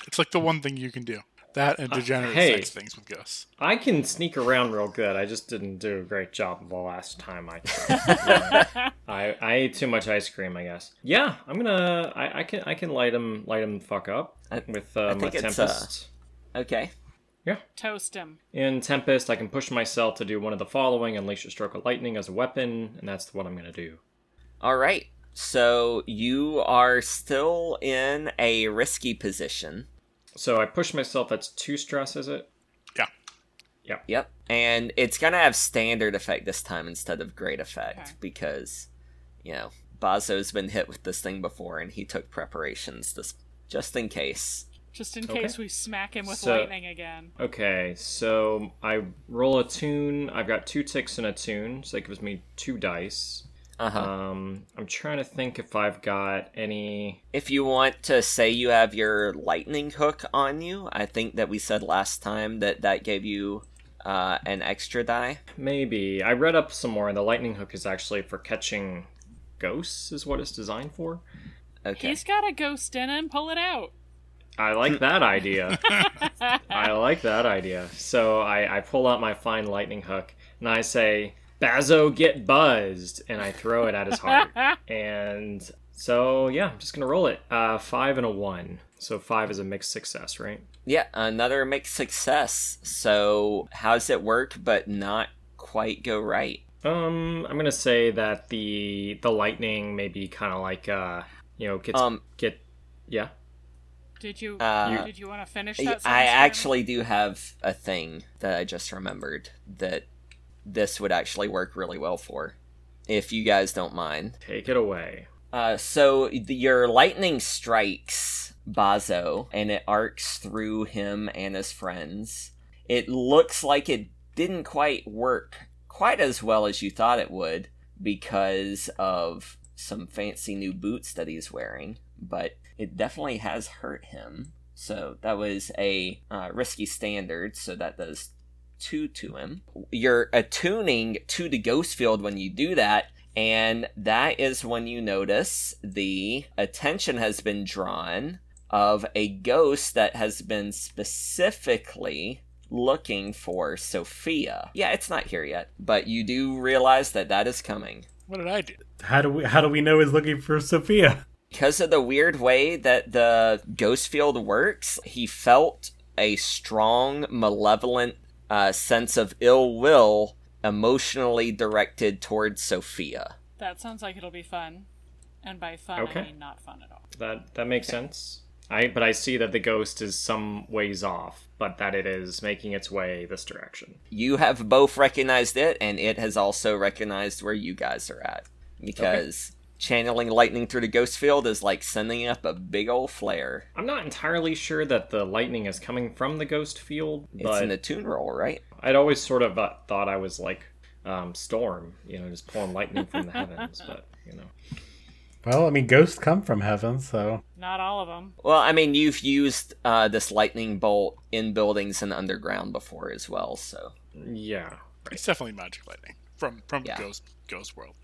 S5: It's like the one thing you can do. That
S1: Uh,
S5: and degenerate
S3: hey.
S5: sex things with Gus.
S3: I can sneak around real good. I just didn't do a great job the last time I tried. I, I ate too much ice cream, I guess. Yeah, I'm gonna. I, I can I can light him light him the fuck up
S1: I-
S3: with uh, my
S1: think it's,
S3: tempest.
S1: uh, Okay.
S4: Toast him.
S3: In tempest, I can push myself to do one of the following: unleash a stroke of lightning as a weapon, and that's what I'm gonna do.
S1: All right. So you are still in a risky position.
S3: So I push myself. That's two stress, is it?
S5: Yeah.
S1: Yep. And it's gonna have standard effect this time instead of great effect
S4: Okay.
S1: because, you know, Bazo's been hit with this thing before and he took preparations this just in case.
S4: Just in
S3: Okay.
S4: case we smack him with
S3: So-
S4: lightning again.
S3: Okay, so I roll a tune. I've got two ticks and a tune, so that gives me two dice.
S1: Uh-huh.
S3: Um, I'm trying to think if I've got any.
S1: If you want to say you have your lightning hook on you, I think that we said last time that that gave you uh, an extra die.
S3: Maybe I read up some more, and the lightning hook is actually for catching ghosts, is what it's designed for.
S1: Okay.
S4: He's got a ghost in him. Pull it out.
S3: I like that idea. I like that idea. So I, I pull out my fine lightning hook and I say, Bazo, get buzzed! And I throw it at his heart. and so, yeah, I'm just going to roll it. Uh, five and a one. So five is a mixed success, right?
S1: Yeah, another mixed success. So how does it work but not quite go right?
S3: Um, I'm gonna say that the the lightning maybe kind of like uh, you know, gets
S1: Um,
S3: get, yeah.
S4: Did you
S1: Uh,
S4: did you want to finish
S1: I
S4: that?
S1: I
S4: sentence, Jeremy?
S1: actually do have a thing that I just remembered that this would actually work really well for, if you guys don't mind.
S3: Take it away.
S1: Uh, so the, your lightning strikes Bazo, and it arcs through him and his friends. It looks like it didn't quite work quite as well as you thought it would because of some fancy new boots that he's wearing, but it definitely has hurt him. So that was a uh, risky standard, so that does two to him. You're attuning to the ghost field when you do that, and that is when you notice the attention has been drawn of a ghost that has been specifically looking for Sophia. Yeah, it's not here yet, but you do realize that that is coming.
S5: What did I do?
S2: How do we how do we know he's looking for Sophia?
S1: because of the weird way that the ghost field works, he felt a strong, malevolent uh, sense of ill will emotionally directed towards Sophia.
S4: That sounds like it'll be fun. And by fun,
S3: Okay.
S4: I mean not fun at all.
S3: That that makes sense. I but I see that the ghost is some ways off, but that it is making its way this direction.
S1: You have both recognized it, and it has also recognized where you guys are at. Because channeling lightning through the ghost field is like sending up a big old flare.
S3: I'm not entirely sure that the lightning is coming from the ghost field,
S1: It's
S3: but
S1: an attune roll, right?
S3: I'd always sort of uh, thought I was like um, storm, you know, just pulling lightning from the heavens. But you know,
S2: Well, I mean, ghosts come from heaven, so
S4: Not all of them.
S1: Well, I mean, you've used uh, this lightning bolt in buildings and underground before as well, so.
S3: yeah,
S5: It's definitely magic lightning from from
S1: Yeah.
S5: Ghost Ghost World.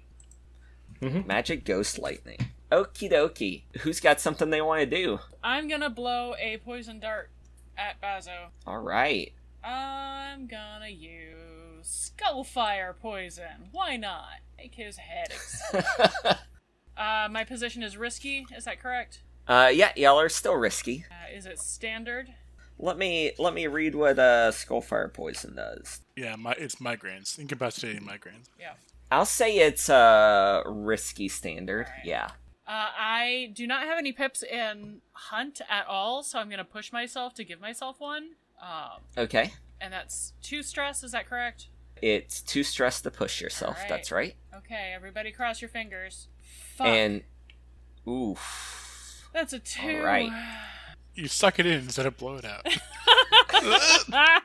S1: Magic Ghost Lightning. Okie dokie. Who's got something they want to do?
S4: I'm gonna blow a poison dart at Bazo.
S1: All right.
S4: I'm gonna use Skullfire Poison. Why not? Make his head explode. uh, my position is risky. Is that correct?
S1: Uh, yeah, y'all are still risky.
S4: Uh, is it standard?
S1: Let me let me read what uh, Skullfire Poison does.
S5: Yeah, my, it's migraines, incapacitating migraines.
S4: Yeah.
S1: I'll say it's a uh, risky standard. Yeah.
S4: Uh, I do not have any pips in hunt at all, so I'm gonna push myself to give myself one. Um,
S1: Okay.
S4: and that's two stress. Is that correct?
S1: It's too stressed to push yourself.
S4: All right.
S1: That's right.
S4: Okay, everybody, cross your fingers. Fuck.
S1: and oof.
S4: That's a two.
S1: All right.
S5: You suck it in instead of blow it out.
S4: Ah!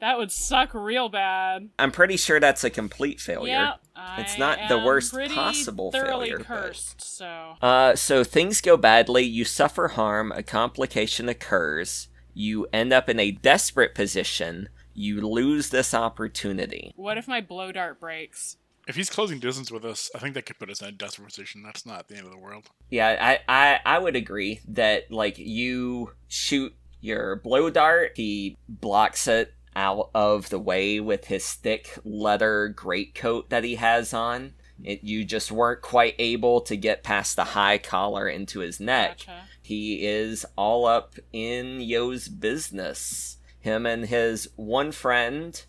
S4: that would suck real bad.
S1: I'm pretty sure that's a complete failure.
S4: Yeah, I
S1: It's not the
S4: am
S1: worst
S4: pretty
S1: possible
S4: thoroughly
S1: failure, but-
S4: cursed, so
S1: Uh, so things go badly, you suffer harm, a complication occurs, you end up in a desperate position, you lose this opportunity.
S4: what if my blow dart breaks?
S5: if he's closing distance with us, I think that could put us in a desperate position. That's not the end of the world.
S1: Yeah, I, I, I would agree that, like, you shoot your blow dart, he blocks it out of the way with his thick leather greatcoat that he has on. It, you just weren't quite able to get past the high collar into his neck.
S4: Gotcha.
S1: He is all up in Yo's business. Him and his one friend,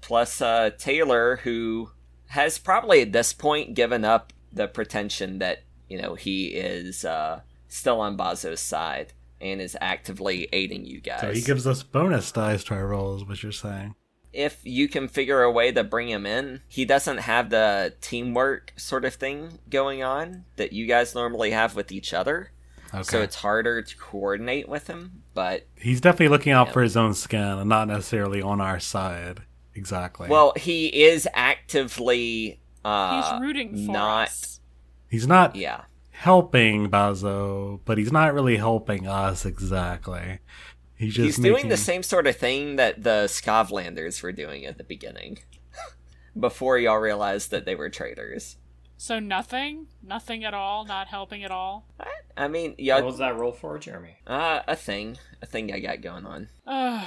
S1: plus uh, Taylor, who has probably at this point given up the pretension that, you know, he is uh, still on Bazo's side and is actively aiding you guys.
S2: So he gives us bonus dice to our rolls, what you're saying.
S1: if you can figure a way to bring him in, he doesn't have the teamwork sort of thing going on that you guys normally have with each other.
S2: Okay.
S1: So it's harder to coordinate with him, but
S2: He's definitely looking out for his own skin and not necessarily on our side. Exactly.
S1: Well, he is actively uh
S4: He's rooting for
S1: not
S4: us.
S2: he's not
S1: yeah.
S2: helping Bazo, but he's not really helping us exactly. He's just
S1: He's doing
S2: making-
S1: the same sort of thing that the Scavlanders were doing at the beginning. Before y'all realized that they were traitors.
S4: So nothing, nothing at all, not helping at all.
S1: I mean,
S3: What
S1: y'all
S3: was that roll for, Jeremy?
S1: uh, a thing. A thing I got going on.
S4: Ugh.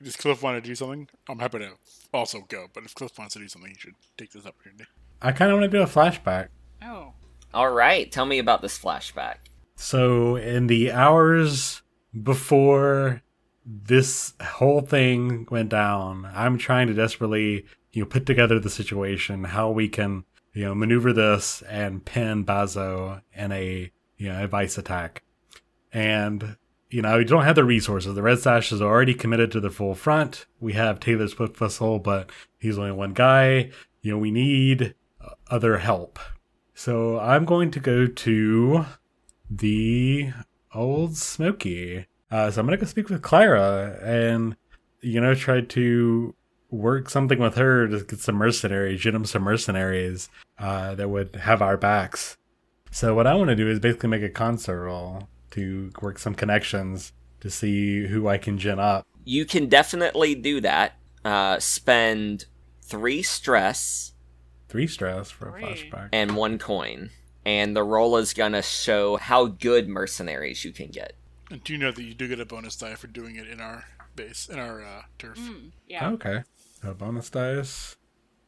S5: Does Cliff want to do something? I'm happy to also go, but if Cliff wants to do something, he should take this opportunity.
S2: I kind of want to do a flashback.
S4: oh,
S1: Alright, tell me about this flashback.
S2: So, in the hours before this whole thing went down, I'm trying to desperately, you know, put together the situation, how we can, you know, maneuver this and pin Bazo in a, you know, a vice attack. And, you know, we don't have the resources. The Red Sash is already committed to the full front. We have Taylor Swift Whistle, but he's only one guy. You know, we need uh, other help. So I'm going to go to the old Smoky. Uh, so I'm gonna go speak with Clara and you know try to work something with her to get some mercenaries, get them some mercenaries uh, that would have our backs. So what I want to do is basically make a concert roll to work some connections to see who I can gin up.
S1: You can definitely do that. Uh spend three stress
S2: Three stress for a
S4: Three.
S2: flashback.
S1: and one coin. And the roll is gonna show how good mercenaries you can get.
S5: And do you know that you do get a bonus die for doing it in our base, in our uh, turf?
S4: yeah.
S2: Okay. So bonus dice.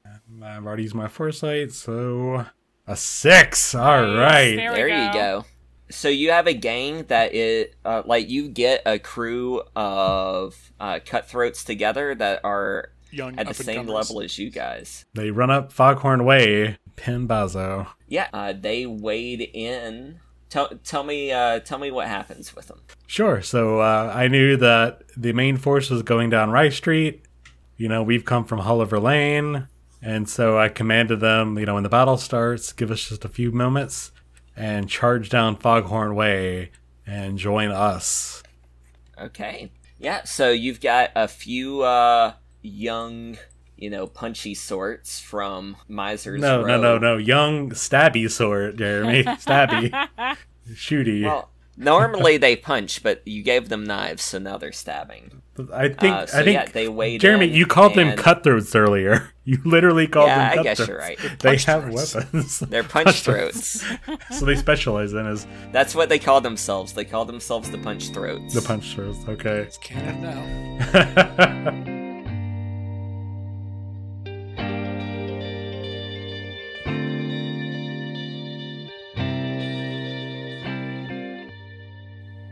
S2: And I've already used my foresight, so a six. All right.
S4: Nice. There we
S1: There you go. So you have a gang that it uh, like you get a crew of uh, cutthroats together that are
S5: Young,
S1: at the
S5: up and
S1: same
S5: comers.
S1: level as you guys.
S2: They run up Foghorn Way, pin Bazo.
S1: Yeah, uh, they wade in. Tell, tell me, uh, tell me what happens with them.
S2: Sure. So uh, I knew that the main force was going down Rice Street. You know, we've come from Hulliver Lane. And so I commanded them, you know, when the battle starts, give us just a few moments and charge down Foghorn Way and join us.
S1: Okay. Yeah. So you've got a few uh, young, you know, punchy sorts from Miser's
S2: no,
S1: Row.
S2: no, no, no. Young, stabby sort, Jeremy. stabby. Shooty.
S1: Well, normally they punch, but you gave them knives, so now they're stabbing.
S2: I think,
S1: uh, so
S2: I think,
S1: yeah, they wade
S2: Jeremy,
S1: in
S2: you called them
S1: and-
S2: cutthroats earlier. You literally called
S1: Yeah,
S2: them
S1: I guess
S2: cutthroats.
S1: you're right.
S2: They
S5: Punch
S2: have
S5: throats.
S2: weapons.
S1: They're punch throats.
S2: so they specialize in as
S1: That's what they call themselves. They call themselves the punch throats.
S2: the punch throats. Okay.
S5: It's canon now.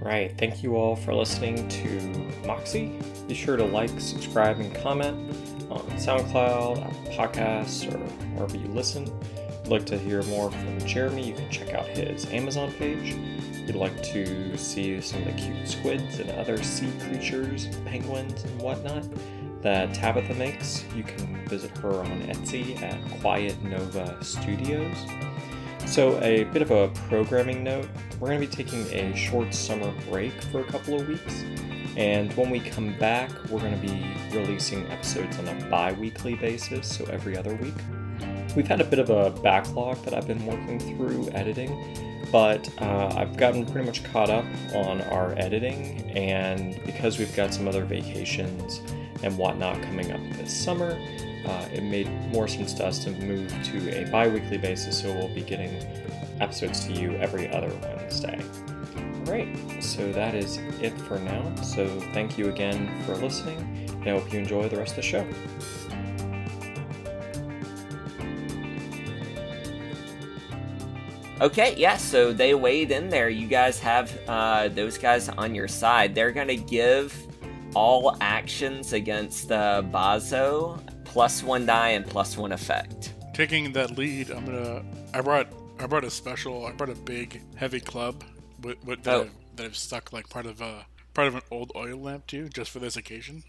S3: Right, thank you all for listening to Moxie. Be sure to like, subscribe, and comment on SoundCloud, Apple Podcasts, or wherever you listen. If you'd like to hear more from Jeremy, you can check out his Amazon page. If you'd like to see some of the cute squids and other sea creatures, penguins, and whatnot that Tabitha makes, you can visit her on Etsy at Quiet Nova Studios. So, a bit of a programming note we're going to be taking a short summer break for a couple of weeks. And when we come back, we're going to be releasing episodes on a bi weekly basis, so every other week. We've had a bit of a backlog that I've been working through editing, but uh, I've gotten pretty much caught up on our editing. And because we've got some other vacations and whatnot coming up this summer, uh, it made more sense to us to move to a bi weekly basis, so we'll be getting episodes to you every other Wednesday. All right, so that is it for now. So thank you again for listening, and I hope you enjoy the rest of the show.
S1: Okay, yeah, so they weighed in there. You guys have uh, those guys on your side. They're going to give all actions against uh, Bazo plus one die and plus one effect.
S5: Taking that lead, I'm gonna. I brought. I brought a special. I brought a big, heavy club with, with, that,
S1: Oh.
S5: I've, that I've stuck like part of a part of an old oil lamp too, just for this occasion.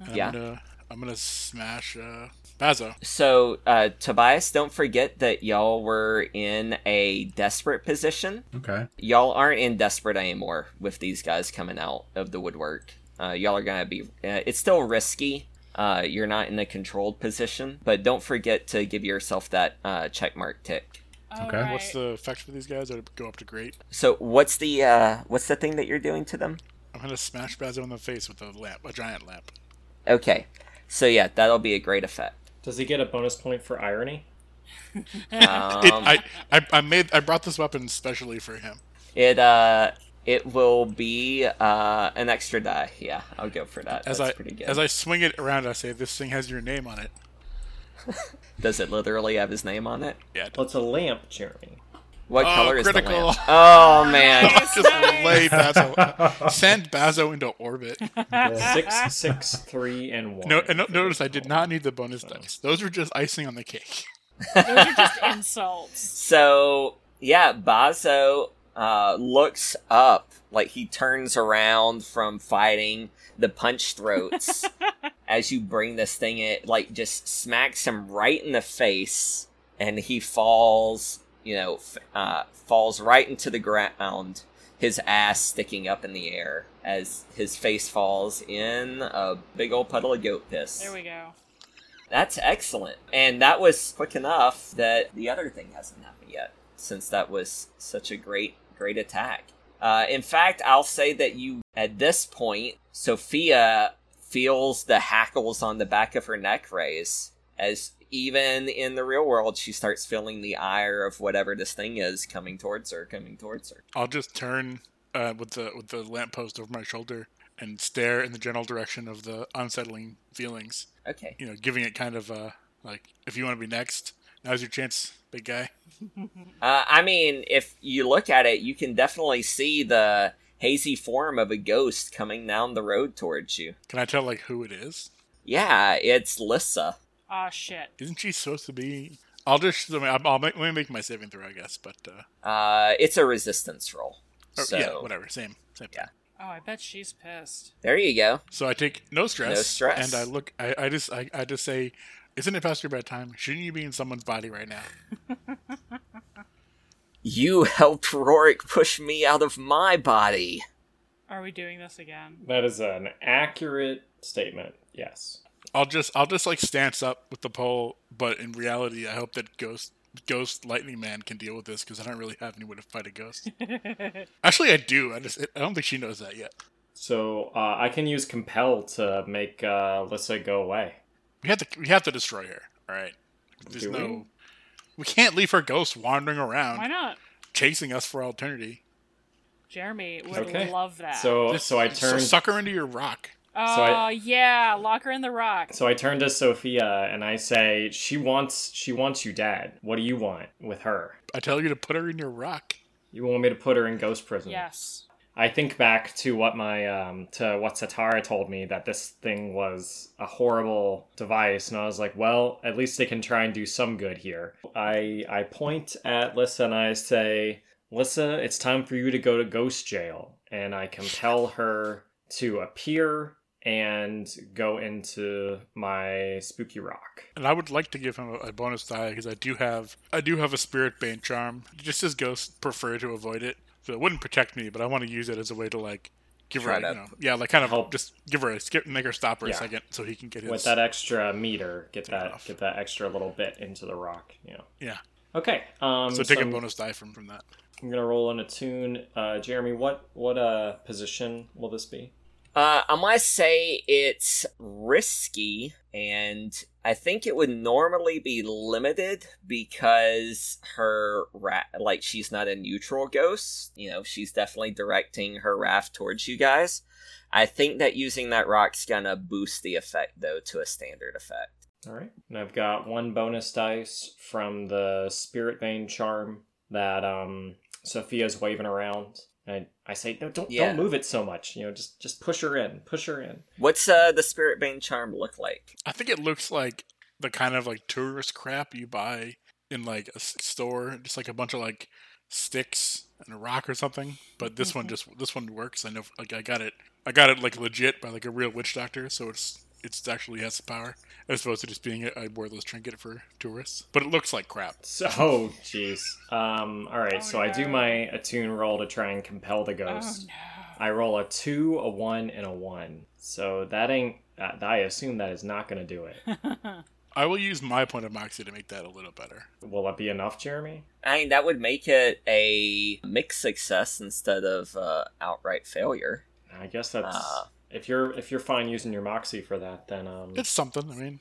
S5: And
S1: Yeah.
S5: I'm gonna, I'm gonna smash uh, Bazo.
S1: So, uh, Tobias, don't forget that y'all were in a desperate position.
S2: Okay.
S1: Y'all aren't in desperate anymore with these guys coming out of the woodwork. Uh, y'all are going to be. Uh, it's still risky. Uh, you're not in a controlled position, but don't forget to give yourself that uh, checkmark tick.
S2: Okay.
S4: Alright.
S5: What's the effect for these guys? I go up to great.
S1: So, what's the uh, what's the thing that you're doing to them?
S5: I'm gonna smash Bazo in the face with a lamp, a giant lamp.
S1: Okay, so yeah, that'll be a great effect.
S3: Does he get a bonus point for irony?
S5: It,
S1: Um,
S5: I, I, I made, I brought this weapon specially for him.
S1: It uh it will be uh an extra die. Yeah, I'll go for that.
S5: As
S1: That's
S5: I,
S1: pretty good.
S5: as I swing it around, I say, "This thing has your name on it."
S1: Does it literally have his name on it?
S5: Yeah.
S3: Well, it's a lamp, Jeremy.
S1: What
S5: Oh,
S1: color is the
S5: critical.
S1: lamp? Oh man.
S4: Nice,
S5: Just
S4: nice.
S5: lay Bazo, send Bazo into orbit.
S3: Six, six, three, and one.
S5: No, and no, notice I did not need the bonus dice. Those were just icing on the cake.
S4: Those are just insults.
S1: So yeah, Bazo uh looks up like he turns around from fighting the punch throats as you bring this thing it like just smacks him right in the face and he falls you know f- uh, falls right into the ground his ass sticking up in the air as his face falls in a big old puddle of goat piss
S4: There we go.
S1: that's excellent and that was quick enough that the other thing hasn't happened yet since that was such a great great attack uh, in fact i'll say that you at this point sophia feels the hackles on the back of her neck raise as even in the real world she starts feeling the ire of whatever this thing is coming towards her coming towards her
S5: I'll just turn uh, with the with the lamppost over my shoulder and stare in the general direction of the unsettling feelings.
S1: okay
S5: You know, giving it kind of uh, like, if you want to be next, now's your chance, big guy.
S1: Uh, I mean, if you look at it, you can definitely see the hazy form of a ghost coming down the road towards you.
S5: Can I tell like who it is?
S1: Yeah, it's Lissa.
S4: Ah, shit.
S5: Isn't she supposed to be? I'll just I mean, I'll I'll make, let me make my saving throw, I guess. But uh,
S1: Uh, it's a resistance roll.
S5: or-
S1: So
S5: Oh, yeah, whatever, same, same.
S1: Yeah.
S4: Oh, I bet she's pissed.
S1: there you go.
S5: So I take no stress.
S1: No stress.
S5: And I look. I, I just I, I just say, isn't it past your bedtime? Shouldn't you be in someone's body right now?
S1: You helped Rorik push me out of my body.
S4: Are we doing this again?
S3: That is an accurate statement. Yes.
S5: I'll just I'll just like stance up with the pole, but in reality, I hope that ghost ghost lightning man can deal with this because I don't really have any way to fight a ghost. Actually, I do. I just I don't think she knows that yet.
S3: So uh, I can use compel to make uh, Lissa go away.
S5: We have to we have to destroy her. All right. There's
S3: Do we?
S5: no. We can't leave her ghost wandering around
S4: Why not?
S5: chasing us for all eternity.
S4: Jeremy would
S3: Okay.
S4: love that.
S3: So
S5: Just-
S3: so I
S5: just
S3: turn
S5: suck her into your rock.
S4: oh,
S3: I-
S4: yeah. Lock her in the rock.
S3: so I turn to Sophia and I say she wants she wants you dead. What do you want with her?
S5: I tell you to put her in your rock.
S3: You want me to put her in ghost prison?
S4: yes.
S3: I think back to what my um, to what Satara told me that this thing was a horrible device, and I was like, well, at least they can try and do some good here. I I point at Lissa and I say, Lissa, it's time for you to go to ghost jail, and I compel her to appear
S6: and go into my spooky rock.
S5: And I would like to give him a, a bonus die because I do have I do have a spirit bane charm. Just as ghosts prefer to avoid it, so it wouldn't protect me, but I want to use it as a way to like give
S1: Try
S5: her,
S1: to
S5: you know, yeah, like kind of
S6: help.
S5: just give her a skip, make her stop for
S6: Yeah.
S5: a second so he can get his.
S6: with that extra meter get that
S5: off.
S6: get that extra little bit into the rock yeah
S5: Yeah,
S6: okay um
S5: so take a
S6: I'm,
S5: bonus die from from that.
S6: I'm gonna roll in a tune uh jeremy what what uh position will this be
S1: Uh, I might say it's risky, and I think it would normally be limited because her ra- like she's not a neutral ghost. You know, she's definitely directing her raft towards you guys. I think that using that rock's gonna boost the effect though to a standard effect.
S6: all right and i've got one bonus dice from the spirit vein charm that um sophia's waving around and i, I say no don't
S1: Yeah.
S6: don't move it so much you know just just push her in push her in
S1: What's uh, the spirit bane charm look like?
S5: I think it looks like the kind of like tourist crap you buy in like a s- store, just like a bunch of like sticks and a rock or something. But this one just this one works. I know, like I got it, I got it like legit by like a real witch doctor, so it's it's actually has the power as opposed to just being a, a worthless trinket for tourists. But it looks like crap.
S6: so oh jeez um all right
S4: Oh,
S6: so i do
S4: no.
S6: my attune roll to try and compel the ghost
S4: Oh
S6: I roll a two, a one, and a one. So that ain't. I I assume that is not going to do it.
S4: no.
S5: I will use my point of moxie to make that a little better.
S6: Will that be enough, Jeremy?
S1: I mean, that would make it a mixed success instead of uh, outright failure.
S6: I guess that's.
S1: Uh.
S6: if you're if you're fine using your moxie for that, then um.
S5: It's something. I mean,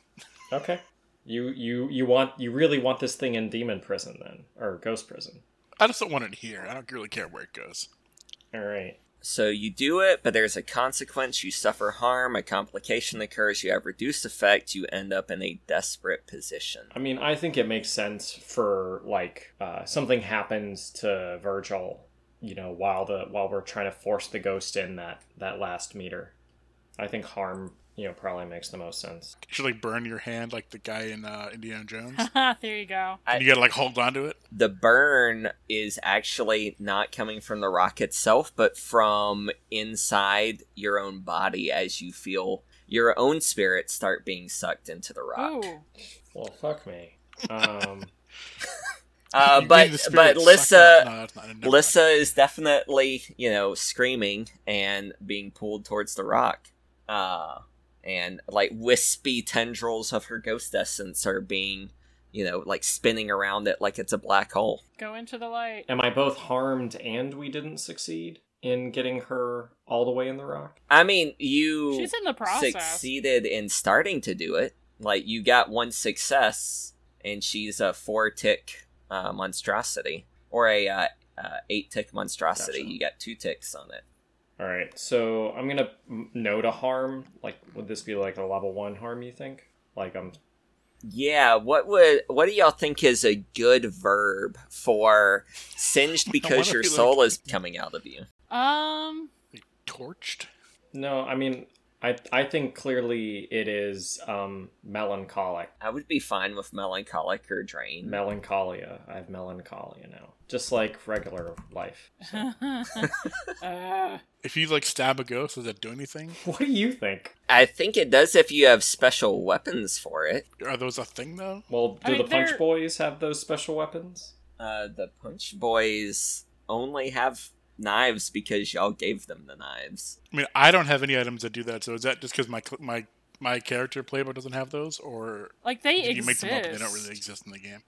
S6: Okay. You you you want you really want this thing in demon prison then or ghost prison?
S5: I just don't want it here. I don't really care where it goes.
S6: All right.
S1: So you do it, but there's a consequence. You suffer harm, a complication occurs, you have reduced effect, you end up in a desperate position.
S6: I mean, I think it makes sense for like uh, something happens to Virgil, you know, while the while we're trying to force the ghost in that that last meter. I think harm, you know, probably makes the most sense.
S5: You should like burn your hand like the guy in uh, Indiana Jones.
S4: Um, there you go.
S1: I-
S5: and you gotta like hold on to it.
S1: The burn is actually not coming from the rock itself, but from inside your own body as you feel your own spirit start being sucked into the rock.
S4: Ooh.
S6: Well, fuck me. Um,
S1: Uh,
S5: You
S1: but
S5: mean the
S1: but
S5: spirit sucked
S1: Lissa
S5: up- no, that's not- never mind.
S1: Lissa is definitely, you know, screaming and being pulled towards the rock. Uh, and like wispy tendrils of her ghost essence are being, you know, like spinning around it like it's a black hole.
S4: Go into the light.
S6: am I both harmed and we didn't succeed in getting her all the way in the rock?
S1: I mean, you
S4: She's in the process.
S1: succeeded in starting to do it. Like you got one success, and she's a four tick uh, monstrosity or a uh, uh, eight tick monstrosity.
S6: Gotcha.
S1: You got two ticks on it.
S6: All right, so I'm gonna m- note a harm. Like, would this be like a level one harm? You think? Like, um, I'm
S1: Yeah, what would what do y'all think is a good verb for singed because
S5: wanna
S1: your
S5: be like-
S1: soul is coming out of you?
S4: Um,
S5: torched.
S6: no. I mean, I I think clearly it is um melancholic.
S1: I would be fine with melancholic or drain.
S6: Melancholia. I have melancholia now, just like regular life. So.
S4: uh,
S5: If you like stab a ghost, does that do anything?
S6: what do you think?
S1: I think it does if you have special weapons for it.
S5: Are those a thing though?
S6: Well,
S4: I
S6: do
S4: mean,
S6: the punch
S4: they're-
S6: boys have those special weapons?
S1: Uh, the punch boys only have knives because y'all gave them the knives.
S5: I mean, I don't have any items that do that. So is that just because my cl- my my character playbook doesn't have those, or
S4: like they
S5: did you make
S4: exist.
S5: them up? and They don't really exist in the game.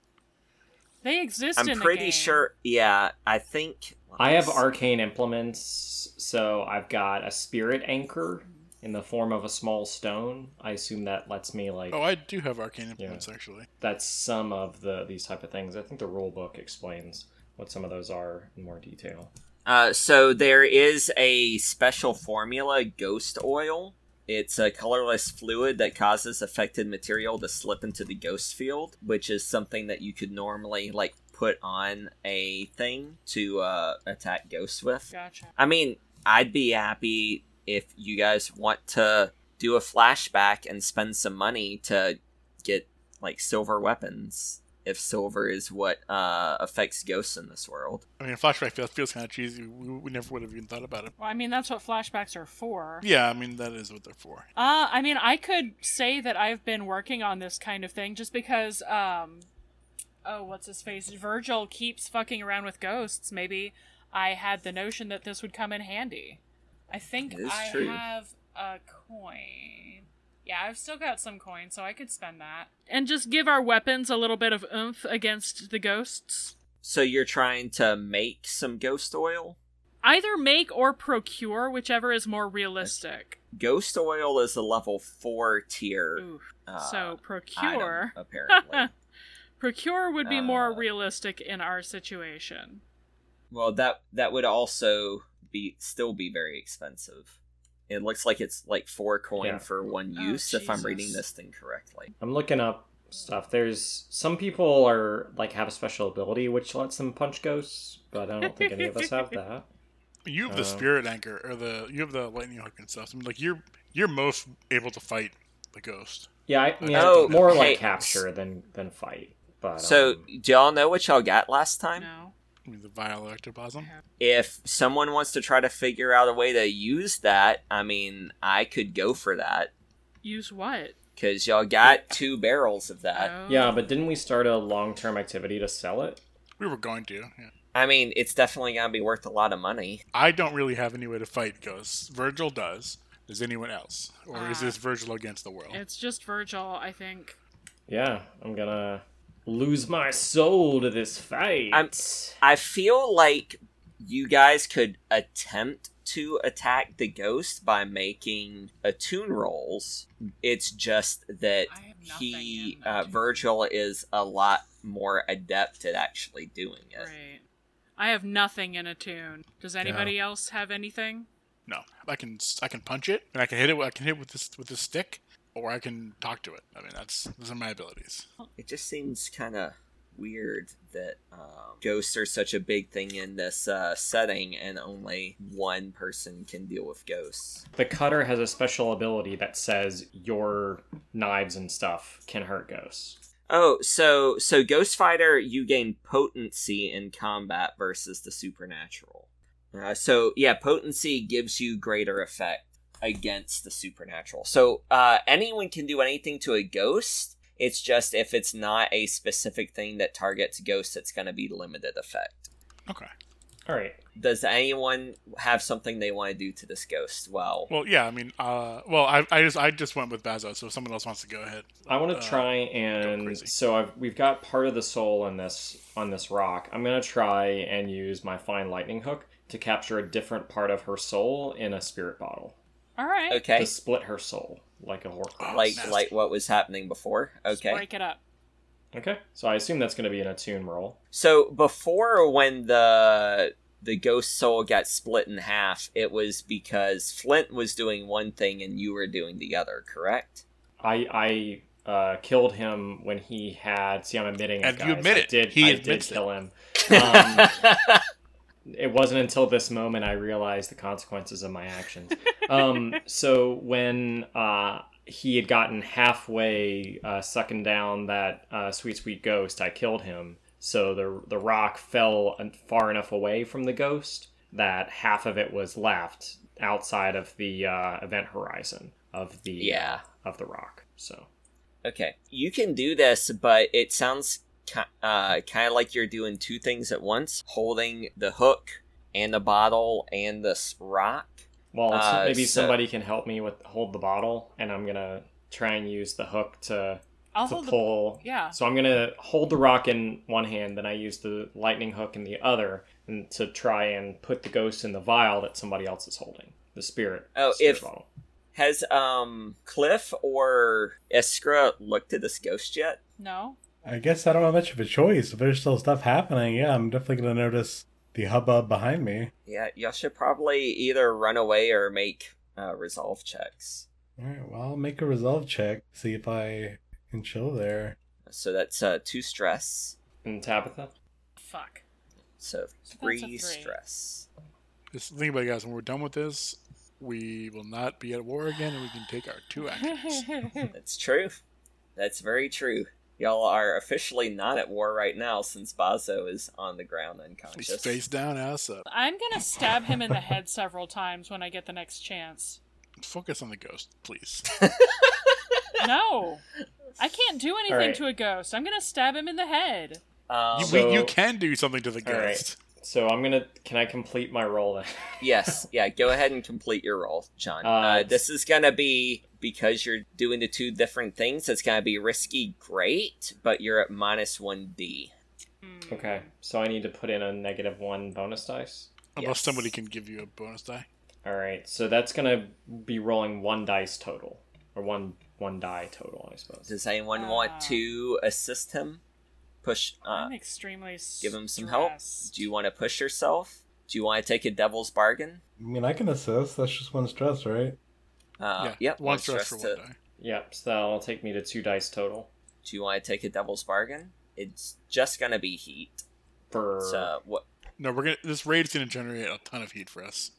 S4: They exist. in
S1: I'm
S4: the
S1: pretty
S4: game.
S1: sure. Yeah, I think
S6: I have arcane implements, so I've got a spirit anchor in the form of a small stone. I assume that lets me like
S5: Oh, I do have arcane implements actually.
S6: that's some of the these type of things. I think the rule book explains what some of those are in more detail.
S1: Uh, so there is a special formula, ghost oil. It's a colorless fluid that causes affected material to slip into the ghost field, which is something that you could normally like put on a thing to uh, attack ghosts with.
S4: Gotcha.
S1: I mean, I'd be happy if you guys want to do a flashback and spend some money to get like silver weapons. if silver is what uh, affects ghosts in this world.
S5: I mean, flashback feels, feels kind of cheesy. We, we never would have even thought about it.
S4: Well, I mean, that's what flashbacks are for.
S5: Yeah, I mean that is what they're for.
S4: Uh, I mean, I could say that I've been working on this kind of thing just because, um, oh, what's his face? Virgil keeps fucking around with ghosts. Maybe I had the notion that this would come in handy. I think
S1: It is
S4: I
S1: true.
S4: have a coin. Yeah, I've still got some coin, so I could spend that. And just give our weapons a little bit of oomph against the ghosts.
S1: So you're trying to make some ghost oil?
S4: Either make or procure, whichever is more realistic.
S1: Ghost oil is a level four tier.
S4: Ooh.
S1: uh,
S4: Mm, So
S1: item,
S4: procure.
S1: apparently.
S4: Procure would be more
S1: Uh,
S4: realistic in our situation.
S1: well, that that would also be still be very expensive. It looks like it's like four coin
S6: Yeah.
S1: for one
S4: Oh,
S1: use. if I'm reading
S4: Jesus.
S1: this thing correctly,
S6: I'm looking up stuff. There's some people are like have a special ability which lets them punch ghosts, but I don't think any of us have that.
S5: You have the
S6: Oh.
S5: spirit anchor or the you have the lightning hook and stuff. I mean, like you're you're most able to fight the ghost.
S6: Yeah, I mean,
S1: Oh,
S6: more
S1: hey,
S6: like
S1: s-
S6: capture than than fight. But
S1: so
S6: um,
S1: do y'all know what y'all got last time?
S4: No.
S5: I mean, the vile ectoplasm.
S1: If someone wants to try to figure out a way to use that, I mean, I could go for that
S4: Use what?
S1: because y'all got two barrels of that.
S4: Oh.
S6: um, yeah, but didn't we start a long term activity to sell it?
S5: We were going to. Yeah.
S1: I mean, it's definitely gonna be worth a lot of money.
S5: I don't really have any way to fight ghosts. Virgil does. Does anyone else, or is
S4: Ah.
S5: this Virgil against the world?
S4: It's just Virgil, I think.
S6: Yeah, I'm gonna lose my soul to this fight.
S1: I'm- I feel like you guys could attempt to attack the ghost by making attune rolls. It's just that
S4: I have nothing
S1: he,
S4: in
S1: uh,
S4: attune.
S1: Virgil, is a lot more adept at actually doing it.
S4: Right. I have nothing in a tune. Does anybody else have anything?
S5: No, I can I can punch it, and I can hit it. I can hit it with this with this stick, or I can talk to it. I mean, that's those are my abilities.
S1: It just seems kind of weird that um, ghosts are such a big thing in this uh, setting, and only one person can deal with ghosts.
S6: The cutter has a special ability that says your knives and stuff can hurt ghosts.
S1: Oh, so so Ghost Fighter, you gain potency in combat versus the supernatural. Uh, so yeah, potency gives you greater effect against the supernatural. So uh, anyone can do anything to a ghost. It's just if it's not a specific thing that targets ghosts, it's going to be limited effect.
S5: Okay.
S6: All right.
S1: Does anyone have something they want to do to this ghost? Well,
S5: Well, yeah. I mean, uh, well, I, I just I just went with Bazo. So if someone else wants to go ahead,
S6: I want
S5: Uh,
S6: to try
S5: go
S6: and
S5: crazy.
S6: so I've, we've got part of the soul on this on this rock. I'm gonna try and use my fine lightning hook to capture a different part of her soul in a spirit bottle
S4: All right.
S1: okay,
S6: to split her soul like a horcrux.
S1: like
S5: nasty.
S1: like what was happening before.
S4: Just
S1: Okay,
S4: break it up.
S6: Okay, so I assume that's gonna be an attune roll.
S1: So before when the the ghost soul got split in half, it was because Flint was doing one thing and you were doing the other, correct?
S6: I I uh, killed him when he had. See, I'm admitting it.
S5: And you
S6: guys.
S5: admit
S6: I
S5: it.
S6: Did
S5: He
S6: I did
S5: admits it.
S6: kill him? Um, it wasn't until this moment I realized the consequences of my actions. Um, so when uh, he had gotten halfway uh, sucking down that uh, sweet sweet ghost, I killed him. So the the rock fell en- far enough away from the ghost that half of it was left outside of the uh, event horizon of the
S1: Yeah.
S6: of the rock. So
S1: Okay. You can do this, but it sounds ki- uh, kind of like you're doing two things at once, holding the hook and the bottle and this rock.
S6: Well, it's-
S1: Uh,
S6: maybe
S1: so-
S6: somebody can help me with hold the bottle, and I'm gonna try and use the hook to
S4: I'll
S6: to
S4: hold the.
S6: pull.
S4: yeah.
S6: So I'm gonna hold the rock in one hand, then I use the lightning hook in the other, and to try and put the ghost in the vial that somebody else is holding, the spirit.
S1: Oh,
S6: spirit
S1: if-
S6: bottle.
S1: Has um Cliff or Iskra looked at this ghost yet?
S4: No.
S2: I guess I don't have much of a choice. If there's still stuff happening, yeah, I'm definitely going to notice the hubbub behind me.
S1: Yeah, y'all should probably either run away or make uh, resolve checks.
S2: All right, well, I'll make a resolve check, see if I can chill there.
S1: So that's uh, two stress.
S6: and Tabitha.
S4: Fuck.
S1: So
S4: So that's
S1: three,
S4: a three.
S1: stress.
S5: just think about it, guys. When we're done with this, we will not be at war again, and we can take our two actions.
S1: That's true. That's very true. Y'all are officially not at war right now since Bazo is on the ground
S5: He's
S1: unconscious.
S5: face down, ass up.
S4: I'm gonna stab him in the head several times when I get the next chance.
S5: Focus on the ghost, please.
S4: No, I can't do anything
S6: right.
S4: to a ghost. I'm gonna stab him in the head.
S1: Um,
S5: You,
S6: So-
S5: we, you can do something to the
S6: All right.
S5: ghost.
S6: So I'm gonna. Can I complete my roll then?
S1: yes, yeah, go ahead and complete your roll, John. Uh,
S6: Uh,
S1: this is going to be, because you're doing the two different things, it's going to be risky great, but you're at minus 1d.
S4: Hmm.
S6: Okay. So I need to put in a negative one bonus dice.
S5: Unless
S1: Yes.
S5: somebody can give you a bonus die.
S6: All right. So that's gonna be rolling one dice total, or one one die total, I suppose.
S1: Does anyone
S4: Ah.
S1: want to assist him? Push, uh,
S4: I'm extremely. Stressed.
S1: give him some help? Do you want to push yourself? Do you want to take a devil's bargain?
S2: I mean, I can assist. That's just one stress, right?
S1: Uh,
S5: yeah.
S1: Yep.
S5: One
S1: one
S5: stress for
S1: stress
S5: one
S1: to-
S5: die.
S6: Yep. So that'll take me to two dice total
S1: Do you want to take a devil's bargain? It's just going to be heat.
S6: for.
S1: So what?
S5: No, we're gonna. This raid's gonna generate a ton of heat for us.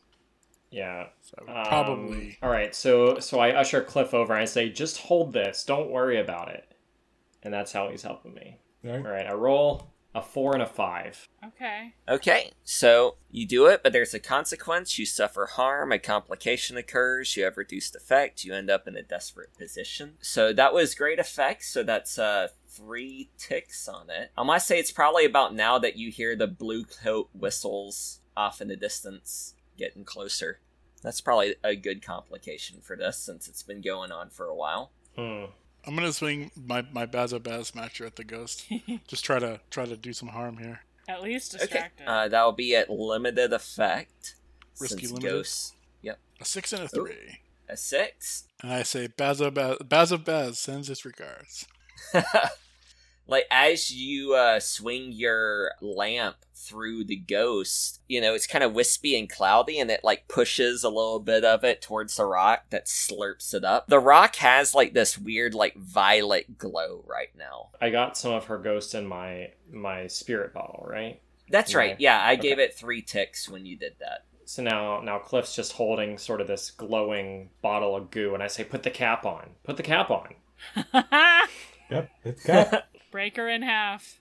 S6: Yeah.
S5: So
S6: Um,
S5: probably.
S6: All right. So so I usher Cliff over and I say, just hold this. Don't worry about it. And that's how he's helping me.
S2: Right?
S6: All right. I roll a four and a five.
S4: Okay.
S1: Okay, so you do it, but there's a consequence. You suffer harm, a complication occurs, you have reduced effect, you end up in a desperate position. So that was great effect, so that's uh three ticks on it. I must say it's probably about now that you hear the blue coat whistles off in the distance getting closer. That's probably a good complication for this since it's been going on for a while.
S6: Hmm.
S5: I'm gonna swing my my Bazo Baz smasher at the ghost. Just try to try to do some harm here.
S4: At least
S1: Okay.
S4: distracted.
S1: Uh, that'll be at limited effect.
S5: Risky
S1: since
S5: limited?
S1: ghosts
S5: A six and a
S1: Oh.
S5: three.
S1: a six.
S5: And I say Bazo Baz Bazo Baz sends his regards.
S1: like as you uh, swing your lamp through the ghost you know it's kind of wispy and cloudy and it like pushes a little bit of it towards the rock that slurps it up the rock has like this weird like violet glow right now
S6: I got some of her ghost in my my spirit bottle, right?
S1: that's right yeah i gave
S6: Okay.
S1: it three ticks when you did that
S6: So now now Cliff's just holding sort of this glowing bottle of goo, and I say, put the cap on. Put the cap on.
S2: Yep, it's got.
S4: Break her in half.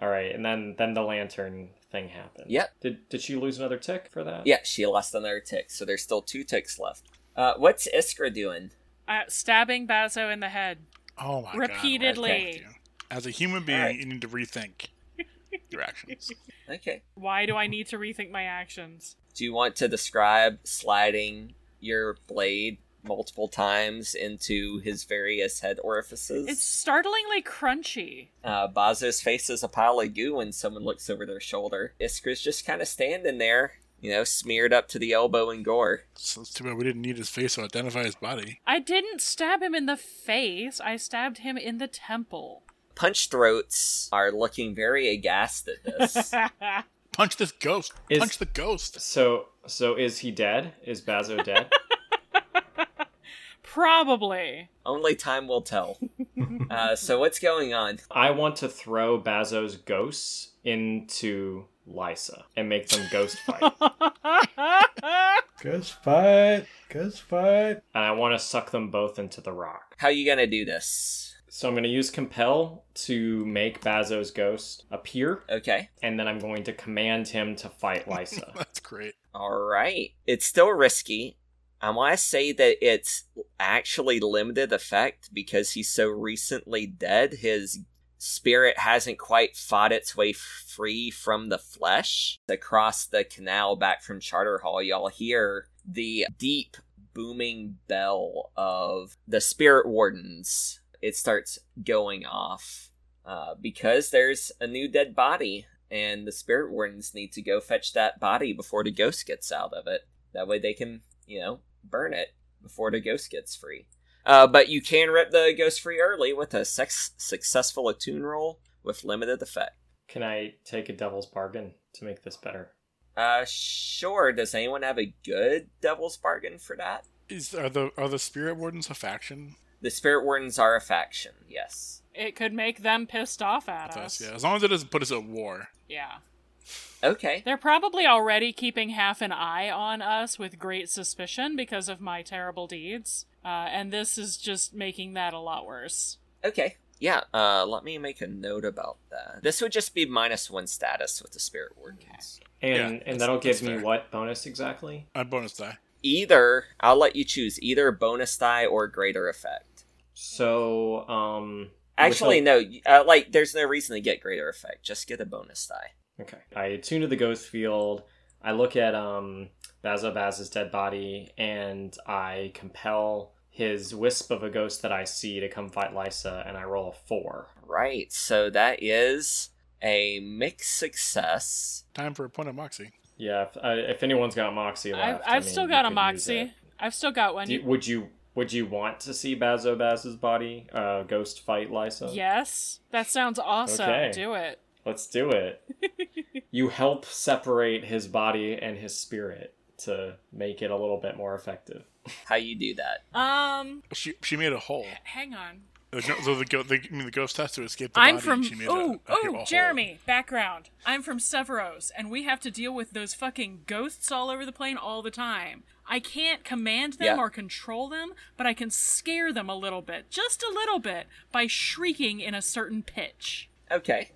S6: All right, and then then the lantern thing happened.
S1: Yep.
S6: Did did she lose another tick for that?
S1: yeah she lost another tick so there's still two ticks left uh, what's iskra doing
S4: Uh, stabbing Bazo in the head.
S5: Oh my god!
S4: Repeatedly.
S5: what a thank you. As a human being,
S1: Alright.
S5: you need to rethink your actions.
S1: okay
S4: Why do I need to rethink my actions?
S1: do you want to describe sliding your blade multiple times into his various head orifices
S4: It's startlingly crunchy.
S1: Uh, Bazo's face is a pile of goo when someone looks over their shoulder. Iskra's just kind of standing there, you know, smeared up to the elbow in gore.
S5: So it's too bad we didn't need his face to identify his body.
S4: I didn't stab him in the face. I stabbed him in the temple.
S1: Punch throats are looking very aghast at this.
S5: Punch this ghost.
S6: Is-
S5: Punch the ghost.
S6: So so is he dead? Is Bazo dead?
S4: Probably.
S1: Only time will tell. Uh, so what's going on?
S6: I want to throw Bazo's ghosts into Lysa and make them ghost fight.
S2: Ghost fight. Ghost fight.
S6: and I want to suck them both into the rock.
S1: How you gonna do this?
S6: So I'm going to use compel to make Bazo's ghost appear,
S1: Okay.
S6: and then I'm going to command him to fight Lysa.
S5: That's great.
S1: All right. It's still risky. I want to say that it's actually limited effect because he's so recently dead. His spirit hasn't quite fought its way f- free from the flesh. Across the canal back from Charter Hall, y'all hear the deep booming bell of the spirit wardens. It starts going off uh, because there's a new dead body and the spirit wardens need to go fetch that body before the ghost gets out of it. That way they can, you know, burn it before the ghost gets free. Uh, but you can rip the ghost free early with a sex- successful attune roll with limited effect.
S6: Can I take a devil's bargain to make this better?
S1: Uh, sure. Does anyone have a good devil's bargain for that?
S5: Is are the are the spirit wardens a faction?
S1: The spirit wardens are a faction, yes.
S4: it could make them pissed off at
S5: With us,
S4: us.
S5: yeah. As long as it doesn't put us at war.
S4: yeah.
S1: Okay.
S4: They're probably already keeping half an eye on us with great suspicion because of my terrible deeds. Uh, and this is just making that a lot worse.
S1: Okay. Yeah, uh, let me make a note about that. This would just be minus one status with the spirit wardens.
S6: And
S5: that's-
S6: and that'll
S5: that's
S6: give me
S5: fair.
S6: what bonus exactly?
S5: I bonus die.
S1: Either I'll let you choose either bonus die or greater effect.
S6: So um
S1: Actually,
S6: without-
S1: no. y- Uh, like, there's no reason to get greater effect. Just get a bonus die.
S6: Okay. I tune to the ghost field. I look at um Bazo Baz's dead body and I compel his wisp of a ghost that I see to come fight Lysa and I roll a four.
S1: Right. So that is a mixed success.
S5: Time for a point of moxie.
S6: Yeah, if, uh, if anyone's got Moxie
S4: I've,
S6: left, I
S4: I've
S6: mean,
S4: still
S6: you
S4: got a
S6: could use
S4: moxie.
S6: it.
S4: I've still got one.
S6: Do you- would you would you want to see Bazo Baz's body uh, ghost fight Lysa?
S4: yes, that sounds awesome.
S6: Okay.
S4: Do it.
S6: Let's do it. you help separate his body and his spirit to make it a little bit more effective.
S1: How you do that?
S4: Um,
S5: She she made a hole.
S4: hang on.
S5: The, go- so the, go- the, I mean, the ghost has to escape the
S4: I'm
S5: body.
S4: from
S5: she made a-
S4: ooh
S5: a- a
S4: ooh
S5: hole.
S4: Jeremy background. I'm from Severos, and we have to deal with those fucking ghosts all over the plane all the time. I can't command
S1: Yeah.
S4: them or control them, but I can scare them a little bit, just a little bit, by shrieking in a certain pitch.
S1: Okay.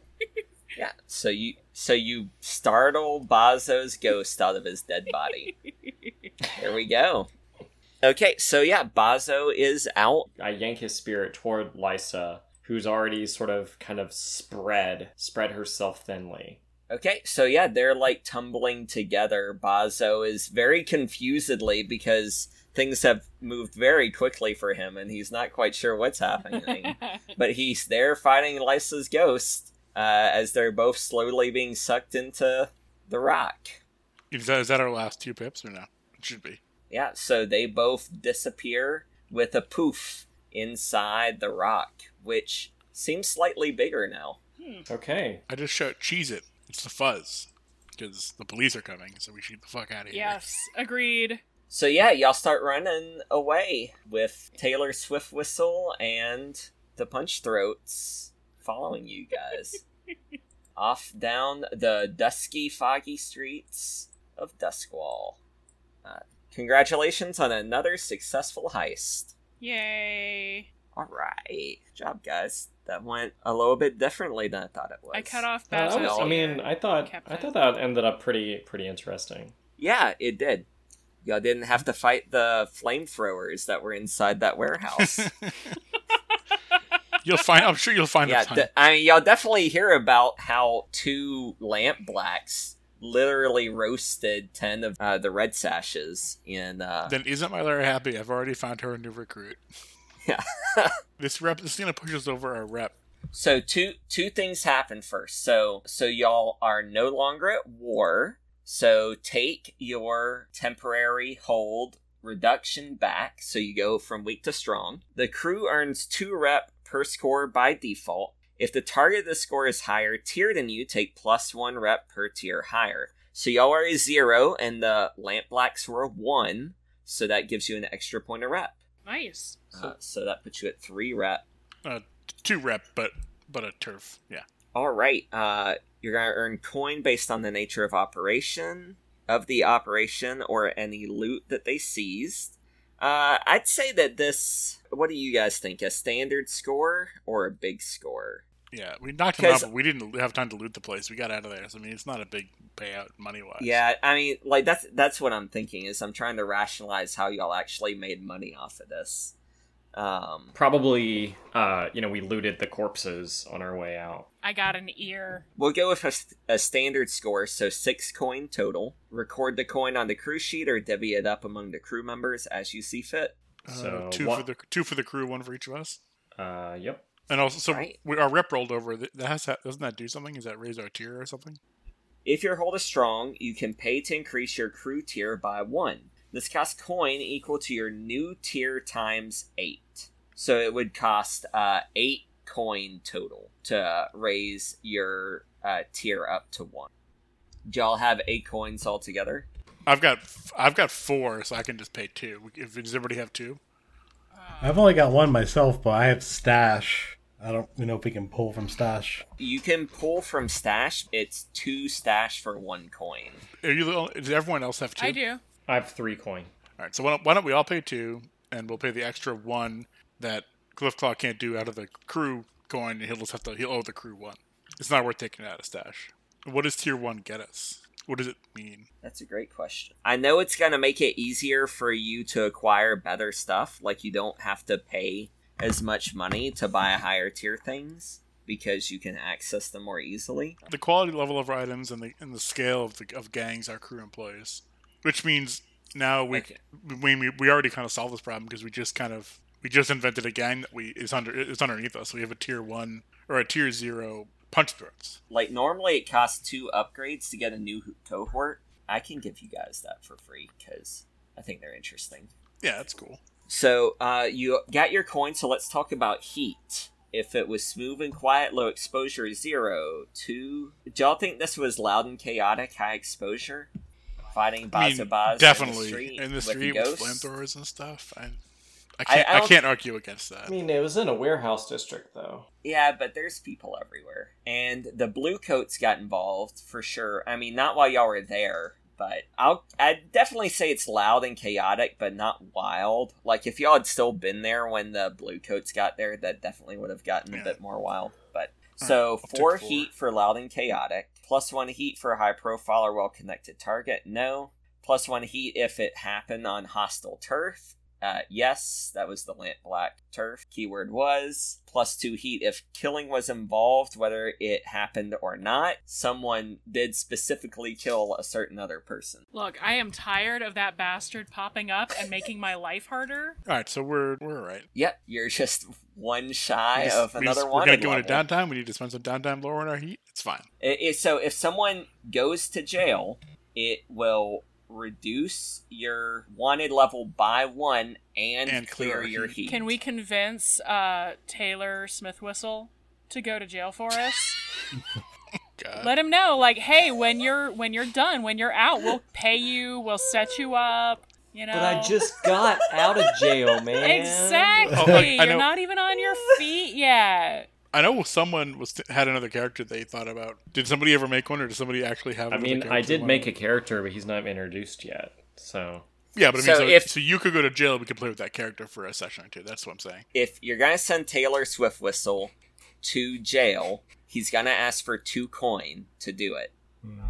S1: yeah. So you so you startle Bazo's ghost out of his dead body. there we go. Okay. So yeah, Bazo is out.
S6: I yank his spirit toward Lysa, who's already sort of kind of spread, spread herself thinly.
S1: Okay, so yeah, they're like tumbling together. Bazo is very confusedly because things have moved very quickly for him and he's not quite sure what's happening. but he's there fighting Lysa's ghost uh, as they're both slowly being sucked into the rock.
S5: Is that, is that our last two pips or no? It should be.
S1: Yeah, so they both disappear with a poof inside the rock, which seems slightly bigger now.
S6: Okay.
S5: I just shout, cheese it. It's the fuzz. Because the police are coming, so we should get the fuck out of here.
S4: yes, agreed.
S1: So yeah, y'all start running away with Taylor Swift whistle and the punch throats following you guys off down the dusky, foggy streets of Duskwall. Uh, congratulations on another successful heist.
S4: Yay!
S1: All right, good job guys. That went a little bit differently than I thought it was.
S4: I cut off
S6: No,
S4: Basil's
S6: Uh, that was- I
S4: ear.
S6: mean, I thought I
S4: Captain.
S6: thought that ended up pretty pretty interesting.
S1: Yeah, it did. Y'all didn't have to fight the flamethrowers that were inside that warehouse.
S5: You'll find. I'm sure you'll find
S1: yeah,
S5: a ton.
S1: de- I mean, y'all definitely hear about how two lamp blacks literally roasted 10 of uh, the red sashes in uh
S5: then isn't my Lara happy? I've already found her a new recruit.
S1: Yeah.
S5: this rep. This is gonna push us over our rep.
S1: so two two things happen first so so y'all are no longer at war so take your temporary hold reduction back so you go from weak to strong the crew earns two rep per score by default if the target of the score is higher tier than you take plus one rep per tier higher so y'all are a zero and the lamp blacks were a one so that gives you an extra point of rep
S4: nice.
S1: Uh, so that puts you at three rep
S5: Uh, two rep, but but a turf. Yeah.
S1: All right. Uh, you're gonna earn coin based on the nature of operation of the operation or any loot that they seized. Uh, I'd say that this. What do you guys think? A standard score or a big score?
S5: Yeah, we knocked him out,
S1: 'Cause-
S5: but we didn't have time to loot the place. We got out of there. So, I mean, it's not a big payout money wise.
S1: Yeah, I mean, like that's that's what I'm thinking is I'm trying to rationalize how y'all actually made money off of this. Um,
S6: Probably, uh, you know, we looted the corpses on our way out.
S4: I got an ear.
S1: We'll go with a, st- a standard score, so six coin total. Record the coin on the crew sheet or divvy it up among the crew members as you see fit.
S5: Uh,
S6: So
S5: two
S6: one-
S5: for the two for the crew, one for each of us,
S6: Uh, yep.
S5: and also so
S1: Right.
S5: we, our rep rolled over. That has that, doesn't that do something? Is that raise our tier or something?
S1: If your hold is strong, you can pay to increase your crew tier by one. This costs coin equal to your new tier times eight. So it would cost uh, eight coin total to raise your uh, tier up to one. Do y'all have eight coins altogether?
S5: I've got f- I've got four, so I can just pay two. If does everybody have two?
S2: I've only got one myself, but I have stash. I don't you know if we can pull from stash.
S1: You can pull from stash. It's two stash for one coin.
S5: Are you? the only- Does everyone else have two?
S4: I do.
S6: I have three coin.
S5: All right. So why don't, why don't we all pay two, and we'll pay the extra one that Cliff Claw can't do out of the crew coin, and he'll just have to he'll owe the crew one. It's not worth taking it out of stash. What does tier one get us? What does it mean?
S1: That's a great question. I know it's going to make it easier for you to acquire better stuff. Like, you don't have to pay as much money to buy higher tier things because you can access them more easily.
S5: The quality level of our items and the and the scale of the of gangs our crew employs, which means now we
S1: Okay.
S5: we we, we already kind of solved this problem because we just kind of we just invented a gang that we is under is underneath us. We have a tier one or a tier zero punch threats.
S1: Like, normally it costs two upgrades to get a new cohort. I can give you guys that for free because I think they're interesting.
S5: Yeah, that's cool.
S1: So uh, you got your coin, so let's talk about heat. If it was smooth and quiet, low exposure is zero. Two. Do y'all think this was loud and chaotic, high exposure? Fighting
S5: I
S1: Bazabaz in
S5: mean,
S1: the
S5: definitely
S1: street
S5: in the street with,
S1: ghosts?
S5: flamethrowers and stuff. I, I can't I,
S1: don't-
S5: can't argue against that.
S6: I mean, it was in a warehouse district, though.
S1: Yeah, but there's people everywhere. And the blue coats got involved for sure. I mean, not while y'all were there, but I'll I'd definitely say it's loud and chaotic, but not wild. Like if y'all had still been there when the blue coats got there, that definitely would have gotten
S5: Yeah.
S1: a bit more wild. But
S5: All
S1: so
S5: right, I'll take
S1: four
S5: four.
S1: heat for loud and chaotic, plus one heat for a high profile or well connected target. No, plus one heat if it happened on hostile turf. Uh, yes, that was the lamp black turf. Keyword was plus two heat if killing was involved, whether it happened or not. Someone did specifically kill a certain other person.
S4: Look, I am tired of that bastard popping up and making my life harder.
S5: All right, so we're we're all right.
S1: Yep, you're just one
S5: We
S1: shy
S5: just-
S1: of
S5: we
S1: another
S5: just-
S1: one.
S5: We're gonna go into downtime. We need to spend some downtime lowering our heat. It's fine.
S1: It is- so if someone goes to jail, it will reduce your wanted level by one and,
S5: And
S1: clear,
S5: clear
S1: your
S5: heat.
S1: heat.
S4: Can we convince uh, Taylor Smith Whistle to go to jail for us?
S5: God.
S4: Let him know, like, hey, when you're when you're done, when you're out, we'll pay you, we'll set you up. You know.
S6: But I just got out of jail, man.
S4: Exactly.
S5: Oh, look, I know-
S4: You're not even on your feet yet.
S5: I know someone was had another character they thought about. Did somebody ever make one, or did somebody actually have?
S3: I
S5: another
S3: mean, I
S5: character
S3: did
S5: one?
S3: make a character, but he's not introduced yet. So
S5: Yeah, but I mean, so,
S1: So if-
S5: so you could go to jail. We could play with that character for a session or two. That's what I'm saying.
S1: if you're gonna send Taylor Swift Whistle to jail, he's gonna ask for two coin to do it.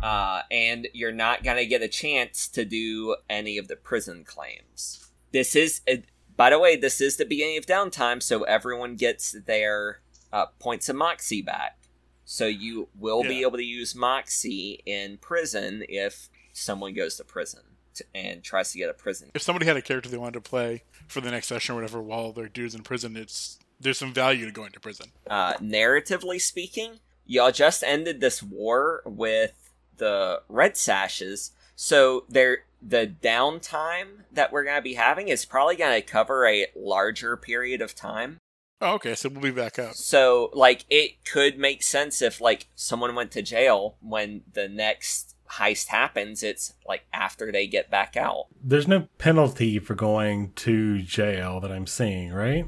S1: Uh, and you're not gonna get a chance to do any of the prison claims. This is, it, by the way, this is the beginning of downtime, so everyone gets their uh, points of moxie back. So you will be
S5: Yeah.
S1: able to use moxie in prison if someone goes to prison t and tries to get a prison.
S5: If somebody had a character they wanted to play for the next session or whatever, while their dude's in prison, it's there's some value to going to prison.
S1: uh, narratively speaking, y'all just ended this war with the Red Sashes, so there the downtime that we're gonna be having is probably gonna cover a larger period of time.
S5: Oh, okay, so we'll be back up.
S1: So, like, it could make sense if like someone went to jail when the next heist happens. It's like after they get back out.
S2: There's no penalty for going to jail that I'm seeing, right?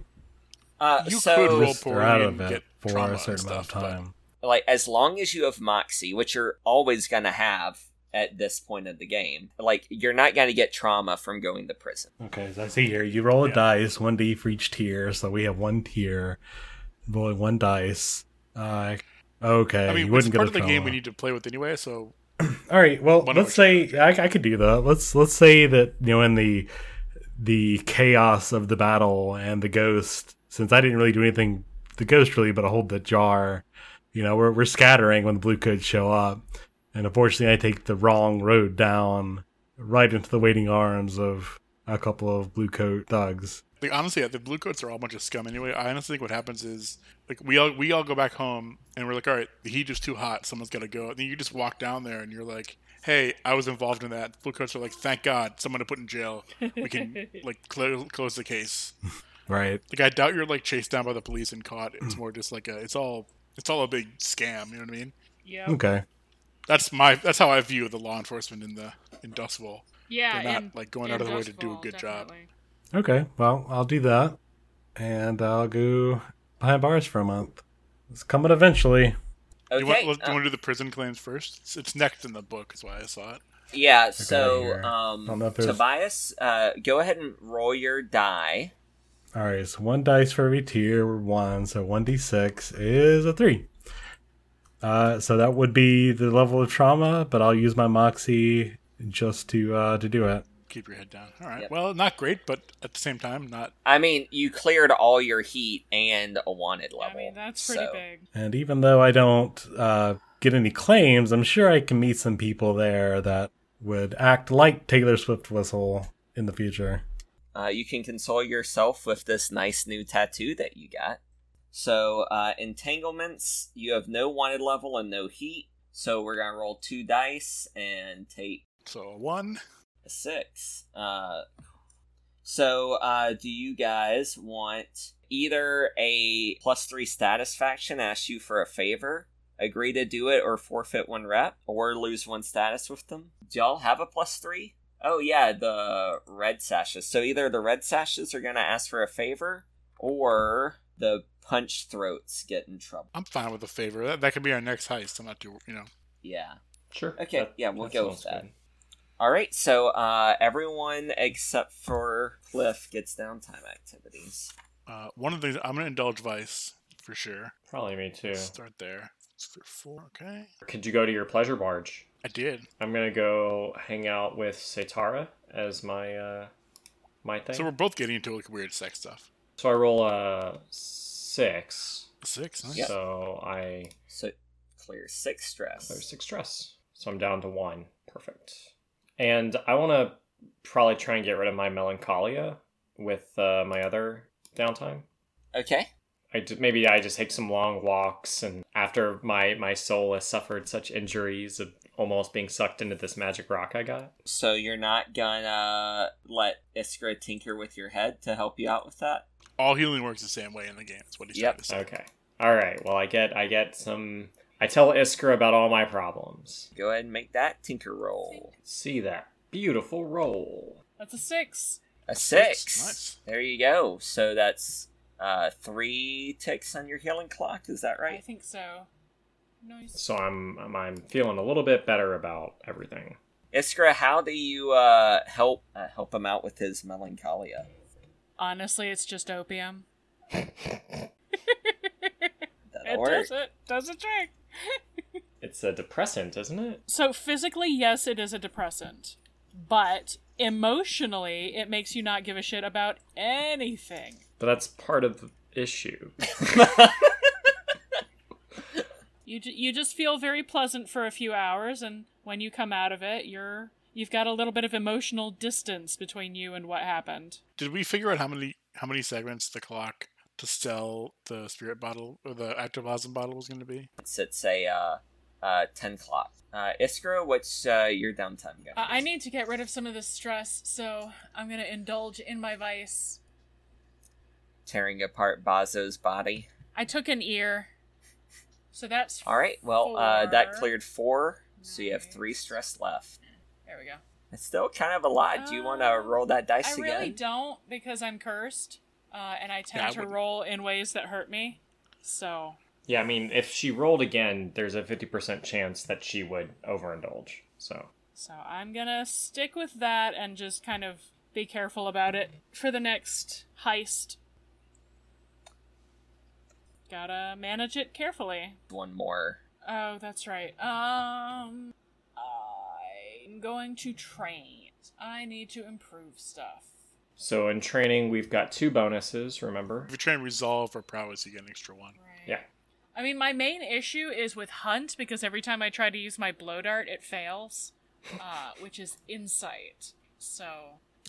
S1: Uh,
S5: You
S1: so,
S5: could roll
S2: Just they're out
S5: poorly
S2: of
S5: and
S2: it
S5: get
S2: for
S5: trauma
S2: a
S5: and
S2: certain amount
S5: stuff, but-
S2: of time.
S1: like as long as you have moxie which you're always going to have at this point of the game like you're not going to get trauma from going to prison
S2: Okay, so I see here you roll a
S5: Yeah.
S2: dice, one d for each tier. So we have one tier, rolling one dice. Uh, okay,
S5: I mean,
S2: you
S5: it's
S2: wouldn't get
S5: part
S2: a
S5: of the game
S2: trauma.
S5: we need to play with anyway. So
S2: All right. Well,
S5: One
S2: let's
S5: other
S2: say I, I could do that. Let's let's say that you know in the the chaos of the battle and the ghost. Since I didn't really do anything, the ghost really, but I hold the jar. You know, we're we're scattering when the blue coats show up, and unfortunately, I take the wrong road down, right into the waiting arms of a couple of blue coat thugs.
S5: Like honestly, yeah, the blue coats are all a bunch of scum anyway. I honestly think what happens is like we all we all go back home and we're like, all right, the heat is too hot. Someone's got to go. And then you just walk down there and you're like, hey, I was involved in that. Blue coats are like, thank God, someone to put in jail. We can like cl- close the case.
S2: Right.
S5: Like I doubt you're like chased down by the police and caught. It's more just like a, it's all it's all a big scam. You know what I mean?
S4: Yep.
S2: Oh. Okay.
S5: That's my that's how I view the law enforcement in the in Dust Bowl.
S4: Yeah.
S5: They're not
S4: and-
S5: like going
S4: and
S5: out of their way to
S4: Dust
S5: do a
S4: Bowl,
S5: good job.
S4: definitely.
S2: Okay. Well, I'll do that, and I'll go behind bars for a month. It's coming eventually.
S1: okay
S5: You, want, you
S1: uh,
S5: want to do the prison claims first? It's, it's next in the book, is why I saw it.
S1: yeah
S2: out of
S1: so
S2: here. I don't know
S1: um
S2: if there's-
S1: tobias uh go ahead and roll your die
S2: All right, so one dice for every tier one, so one d six is a three. Uh, so that would be the level of trauma, but I'll use my moxie just to uh, to do it.
S5: Keep your head down. All right. Well, not great, but at the same time, not
S1: I mean, you cleared all your heat and a wanted level.
S4: I mean, that's pretty
S1: so-
S4: big.
S2: And even though I don't uh, get any claims, I'm sure I can meet some people there that would act like Taylor Swift whistle in the future.
S1: Uh, you can console yourself with this nice new tattoo that you got. So, uh, entanglements, you have no wanted level and no heat. So, we're going to roll two dice and take
S5: so a one.
S1: a six. Uh, so, uh, do you guys want either a plus three status faction ask you for a favor, agree to do it, or forfeit one rep, or lose one status with them? Do y'all have a plus three? Oh, yeah, the red sashes. So, either the red sashes are going to ask for a favor, or the punch throats get in trouble.
S5: I'm fine with a favor. That, that could be our next heist. I'm not too, you know.
S1: Yeah.
S7: Sure.
S1: Okay, yeah, we'll go with
S7: sounds
S1: that. All right, so uh, everyone except for Cliff gets downtime activities.
S5: Uh, one of the I'm gonna indulge Vice for sure.
S6: Probably me too.
S5: Start there. It's for four. Okay.
S6: Could you go to your pleasure barge?
S5: I did.
S6: I'm gonna go hang out with Satara as my uh my thing.
S5: So
S6: So,
S5: we're both getting into like weird sex stuff.
S6: I roll a six.
S5: Six. Nice.
S6: So I
S1: So clear six stress.
S6: clear six stress. So I'm down to one. Perfect. And I want to probably try and get rid of my melancholia with uh, my other downtime.
S1: Okay.
S6: I d- maybe I just take some long walks, and after my my soul has suffered such injuries of almost being sucked into this magic rock I got.
S1: So you're not gonna let Iskra tinker with your head to help you out with that?
S5: All healing works the same way in the game. That's what he's
S1: Yep.
S5: trying to say.
S6: Okay. All right. Well, I get I get some. I tell Iskra about all my problems.
S1: Go ahead and make that tinker roll.
S6: See that beautiful roll.
S4: That's a six.
S1: A six.
S5: Nice.
S1: There you go. So that's uh, three ticks on your healing clock. Is that
S4: I
S1: right?
S4: think so. Nice.
S6: So I'm I'm, I'm feeling a little bit better about everything.
S1: Iskra, how do you uh, help uh, help him out with his melancholia?
S4: Honestly, it's just opium.
S1: That'll
S4: It
S1: work.
S4: does it. Does a trick.
S6: It's a depressant, isn't it?
S4: So physically, yes, it is a depressant, but emotionally, it makes you not give a shit about anything.
S6: But that's part of the issue.
S4: You ju- you just feel very pleasant for a few hours, and when you come out of it, you're you've got a little bit of emotional distance between you and what happened.
S5: Did we figure out how many how many segments the clock to sell the spirit bottle or the actoplasm bottle was going to be?
S1: It's at say uh, uh, ten o'clock. Uh, Iskra, what's uh, your downtime going?
S4: Uh, I need to get rid of some of this stress, so I'm gonna indulge in my vice.
S1: tearing apart Bazo's body.
S4: I took an ear, so that's
S1: All right. Well, uh, that
S4: Four.
S1: cleared four, so you have
S4: Nice.
S1: three stress left.
S4: There we go.
S1: It's still kind of a lot. Do you want to
S4: Uh,
S1: roll that dice
S4: I
S1: again?
S4: really don't because I'm cursed, uh, and I tend
S5: Yeah, I
S4: to
S5: wouldn't.
S4: roll in ways that hurt me. So
S6: yeah, I mean, if she rolled again, there's a fifty percent chance that she would overindulge. So
S4: So I'm gonna stick with that and just kind of be careful about it for the next heist. Gotta manage it carefully.
S1: One more.
S4: Oh, that's right. Um, I'm going to train. I need to improve stuff.
S6: so in training, we've got two bonuses. Remember?
S5: If you try and resolve or prowess, you get an extra one.
S4: Right.
S6: Yeah.
S4: I mean, my main issue is with hunt because every time I try to use my blow dart, it fails, uh, which is insight. So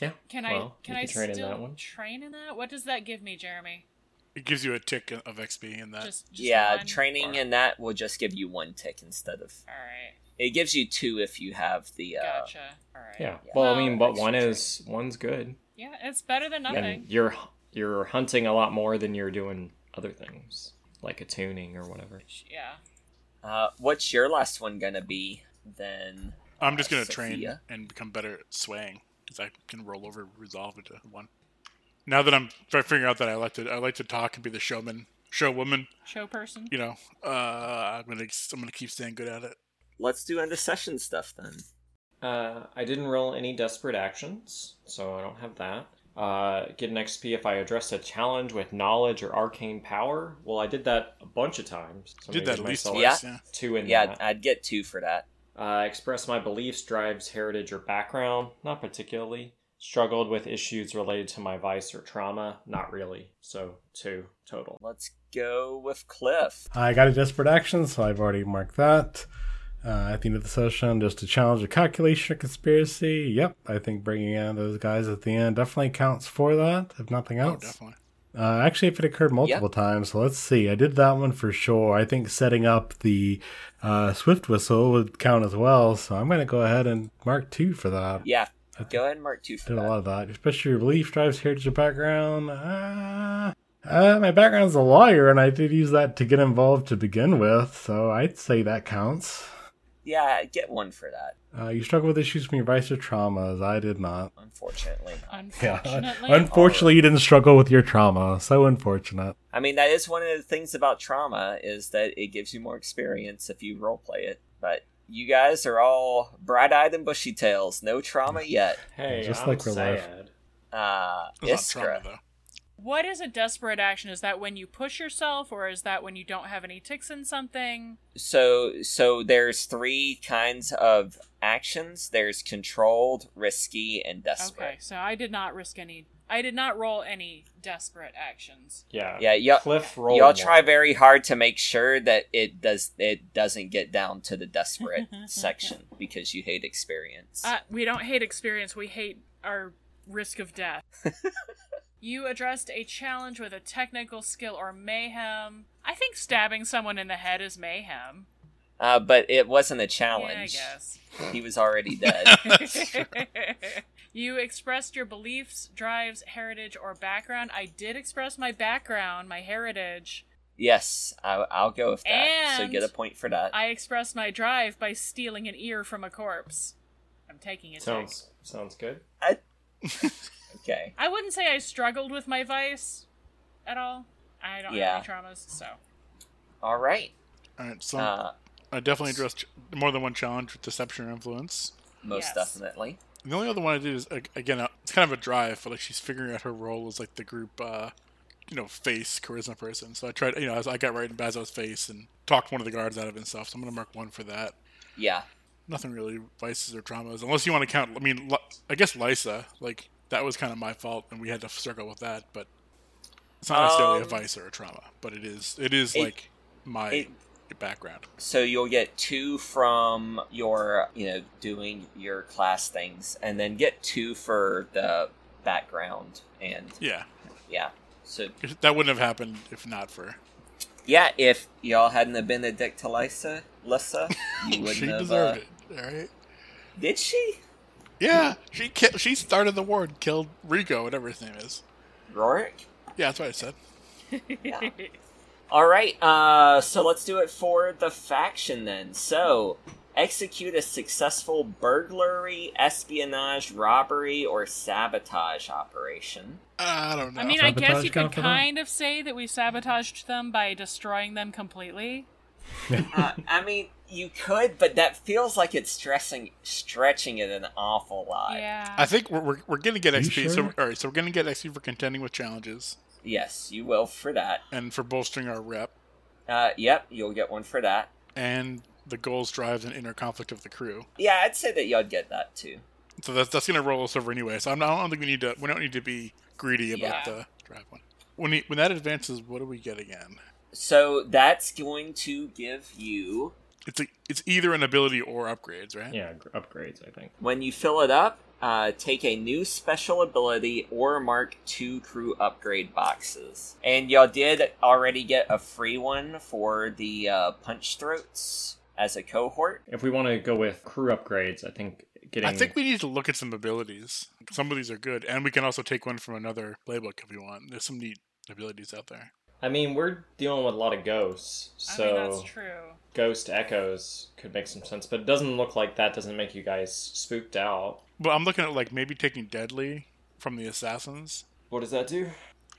S6: Yeah.
S4: Can
S6: well,
S4: I can
S6: you
S4: I
S6: train
S4: still
S6: in that one?
S4: train in that? What does that give me, Jeremy?
S5: It gives you a tick of XP in that.
S4: Just, just
S1: Yeah,
S4: one?
S1: training
S6: Or-
S1: and that will just give you one tick instead of.
S4: All right,
S1: It gives you two if you have the. Uh,
S4: gotcha. All right.
S6: Yeah. Well, I mean, but
S1: extra
S6: one
S1: training.
S6: is one's good.
S4: Yeah, it's better than nothing.
S6: and you're you're hunting a lot more than you're doing other things like attuning or whatever
S4: Yeah.
S1: Uh, what's your last one gonna be then?
S5: I'm just
S1: uh,
S5: going to train
S1: Sophia.
S5: and become better at swaying because I can roll over and resolve into one. Now that I'm fi- figuring out that I like to I like to talk and be the showman, showwoman,
S4: Show person.
S5: you know, uh, I'm gonna I'm gonna keep staying good at it.
S1: Let's do end of session stuff then.
S6: uh, i didn't roll any desperate actions so i don't have that
S3: Uh, get an XP if I address a challenge with knowledge or arcane power. Well, I did that a bunch of times. So
S5: Did
S3: maybe
S5: that at least
S3: myself
S5: twice. Yeah.
S3: Two in
S1: Yeah,
S3: that.
S1: I'd get two for that.
S3: Uh, express my beliefs, drives, heritage, or background. Not particularly. Struggled with issues related to my vice or trauma. Not really. So two total.
S1: Let's go with Cliff.
S2: I got a desperate action, so I've already marked that. Uh, at the end of the session, just to challenge a calculation or conspiracy. Yep, I think bringing in those guys at the end definitely counts for that, if nothing
S5: Oh,
S2: else.
S5: definitely.
S2: Uh, actually, if it occurred multiple times, so let's see. I did that one for sure. I think setting up the uh, swift whistle would count as well, so I'm going to go ahead and mark two for that.
S1: Yeah, go ahead and mark two for
S2: Did a
S1: that.
S2: lot of that, especially your belief drives heritage or background. Uh, uh, my background's a lawyer, and I did use that to get involved to begin with, so I'd say that counts.
S1: Yeah, get one for that.
S2: Uh, you struggle with issues from your vice or traumas. I did not.
S1: Unfortunately,
S2: Yeah.
S4: Unfortunately,
S2: Unfortunately, you didn't struggle with your trauma. So unfortunate.
S1: I mean that is one of the things about trauma is that it gives you more experience if you roleplay it. But you guys are all bright-eyed and bushy-tails. No trauma yet.
S3: Hey,
S2: Just
S3: I'm
S2: like real life.
S3: sad.
S1: Uh,
S5: It's not trauma
S1: Iskra.
S5: though.
S4: what is a desperate action? Is that when you push yourself, or is that when you don't have any ticks in something?
S1: So, so there's three kinds of actions. There's controlled, risky, and desperate.
S4: Okay, so I did not risk any. I did not roll any desperate actions.
S3: Yeah.
S1: Yeah, y'all,
S3: Cliff roll.
S1: y'all try very hard to make sure that it does it doesn't get down to the desperate section because you hate experience.
S4: Uh, we don't hate experience, we hate our risk of death. you addressed a challenge with a technical skill or mayhem. I think stabbing someone in the head is mayhem.
S1: Uh, but it wasn't a
S4: Yeah,
S1: challenge.
S4: I
S1: He was already dead.
S4: guess. you expressed your beliefs, drives, heritage, or background. I did express my background, my heritage.
S1: yes, I, I'll go with that. so
S4: And-
S1: get a point for that.
S4: I expressed my drive by stealing an ear from a corpse. I'm taking it.
S3: Sounds sounds good.
S1: okay.
S4: I wouldn't say I struggled with my vice at all. I don't
S1: Yeah.
S4: have any traumas, so.
S1: All right.
S5: All right, so
S1: Uh,
S5: I definitely addressed ch- more than one challenge with deception or influence.
S1: most
S4: Yes.
S1: definitely.
S5: And the only other one I did is ag- again, uh, it's kind of a drive, but like she's figuring out her role as like the group, uh, you know, face charisma person. So I tried, you know, I, was- I got right in Bazo's face and talked one of the guards out of it and stuff. So I'm gonna mark one for that.
S1: Yeah.
S5: Nothing really vices or traumas, unless you want to count. I mean, Li- I guess Lysa, like that was kind of my fault, and we had to struggle with that. But it's not necessarily a
S1: Um,
S5: vice or a trauma, but it is, it is
S1: it-
S5: like my
S1: it-
S5: background.
S1: So you'll get two from your, you know, doing your class things, and then get two for the background and
S5: Yeah,
S1: yeah. So
S5: that wouldn't have happened if not for
S1: yeah, if y'all hadn't have been a dick to Lysa, Lysa, you wouldn't
S5: she
S1: have.
S5: deserved
S1: uh,
S5: it. All right.
S1: Did she?
S5: Yeah, she ki- she started the war and killed Rico, whatever his name is.
S1: Rorik.
S5: Yeah, that's what I said.
S1: All right. Uh, so let's do it for the faction then. So execute a successful burglary, espionage, robbery, or sabotage operation.
S5: I don't know.
S4: I mean, I guess
S2: Sabotage
S4: you
S2: count
S4: could
S2: for that?
S4: kind of say that we sabotaged them by destroying them completely.
S1: Uh, I mean, you could, but that feels like it's stressing, stretching it an awful lot.
S4: Yeah.
S5: I think we're, we're, we're gonna get
S2: Are you
S5: XP. So
S2: sure?
S5: all right, so we're gonna get XP for contending with challenges
S1: Yes, you will for that.
S5: and for bolstering our rep
S1: Uh, yep, you'll get one for that.
S5: and the goals, drives, and inner conflict of the crew.
S1: Yeah, I'd say that y'all get that too.
S5: So that's that's gonna roll us over anyway. So I'm not, I don't think we need to we don't need to be greedy
S4: Yeah.
S5: about the drive one. When he, when that advances, what do we get again?
S1: So that's going to give you
S5: It's a, it's either an ability or upgrades, right?
S3: Yeah, gr- upgrades. I think.
S1: When you fill it up, uh, take a new special ability or mark two crew upgrade boxes. And y'all did already get a free one for the uh, punch throats as a cohort.
S3: If we want to go with crew upgrades, I think getting.
S5: I think we need to look at some abilities. Some of these are good, and we can also take one from another playbook if we want. There's some neat abilities out there.
S3: I mean, we're dealing with a lot of ghosts, so
S4: I mean, that's true.
S3: ghost echoes could make some sense, but it doesn't look like that doesn't make you guys spooked out.
S5: Well, I'm looking at like maybe taking deadly from the assassins.
S3: What does that do?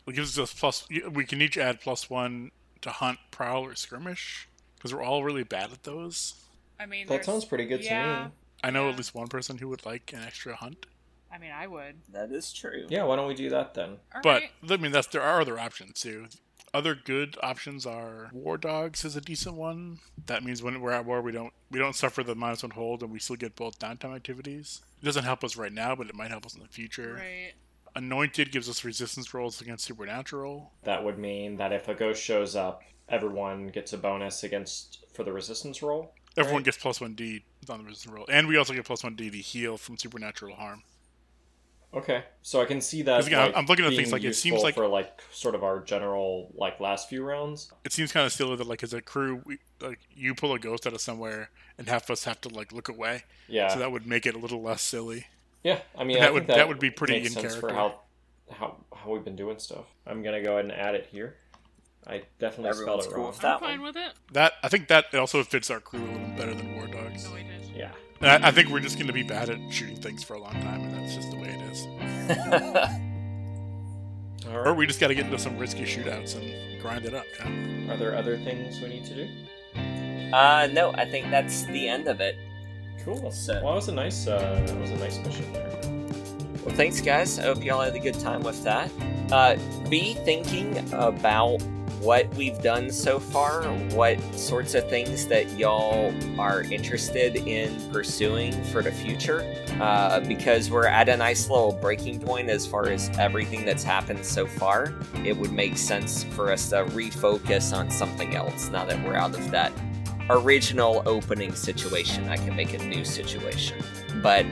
S5: It gives us plus. We can each add plus one to hunt, prowl, or skirmish because we're all really bad at those.
S4: I mean,
S3: That
S4: there's-
S3: sounds pretty good
S4: yeah.
S3: to me.
S5: I know
S4: Yeah.
S5: at least one person who would like an extra hunt.
S4: I mean, I would.
S1: That is true.
S8: Yeah, why don't we do that then?
S4: All
S5: But
S4: right.
S5: I mean, that's there are other options too. Other good options are War Dogs is a decent one. That means when we're at war, we don't we don't suffer the minus one hold, and we still get both downtime activities. It doesn't help us right now, but it might help us in the future.
S4: Right.
S5: Anointed gives us resistance rolls against supernatural.
S6: That would mean that if a ghost shows up, everyone gets a bonus against for the resistance roll.
S5: Everyone gets plus one D on the resistance roll, and we also get plus one D to heal from supernatural harm.
S6: Okay, so I can see that.
S5: 'Cause again,
S6: like,
S5: I'm looking at
S6: being
S5: things like it seems
S6: useful
S5: like-
S6: for like sort of our general like last few rounds.
S5: It seems kind of silly that like as a crew, we, like you pull a ghost out of somewhere, and half of us have to like look away.
S6: Yeah,
S5: So that would make it a little less silly.
S6: yeah. I mean,
S5: that
S6: I think
S5: would- that would be pretty
S6: makes
S5: in
S6: sense for
S5: character.
S6: how how how we've been doing stuff. I'm gonna go ahead and add it here. I definitely
S1: Everyone's
S6: spelled it
S1: cool
S6: wrong.
S1: with
S4: I'm
S1: that
S4: fine
S1: one.
S4: with it.
S5: That I think that also fits our crew a little better than War Dogs.
S4: No, we did.
S6: Yeah.
S5: And I, I think we're just going to be bad at shooting things for a long time, and that's just the way it is.
S6: All
S5: Or
S6: right.
S5: we just got to get into some risky shootouts and grind it up. Yeah.
S6: Are there other things we need to do?
S1: Uh, no, I think that's the end of it.
S6: Cool.
S1: So-
S6: Well, that was a nice uh, that was a nice mission there.
S1: Well, thanks, guys. I hope y'all had a good time with that. Uh, be thinking about what we've done so far, what sorts of things that y'all are interested in pursuing for the future, uh, because we're at a nice little breaking point as far as everything that's happened so far. It would make sense for us to refocus on something else now that we're out of that original opening situation. I can make a new situation. But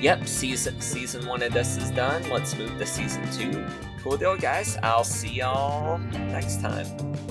S1: Yep, season season one of this is done. Let's move to season two. Cool deal, guys. I'll see y'all next time.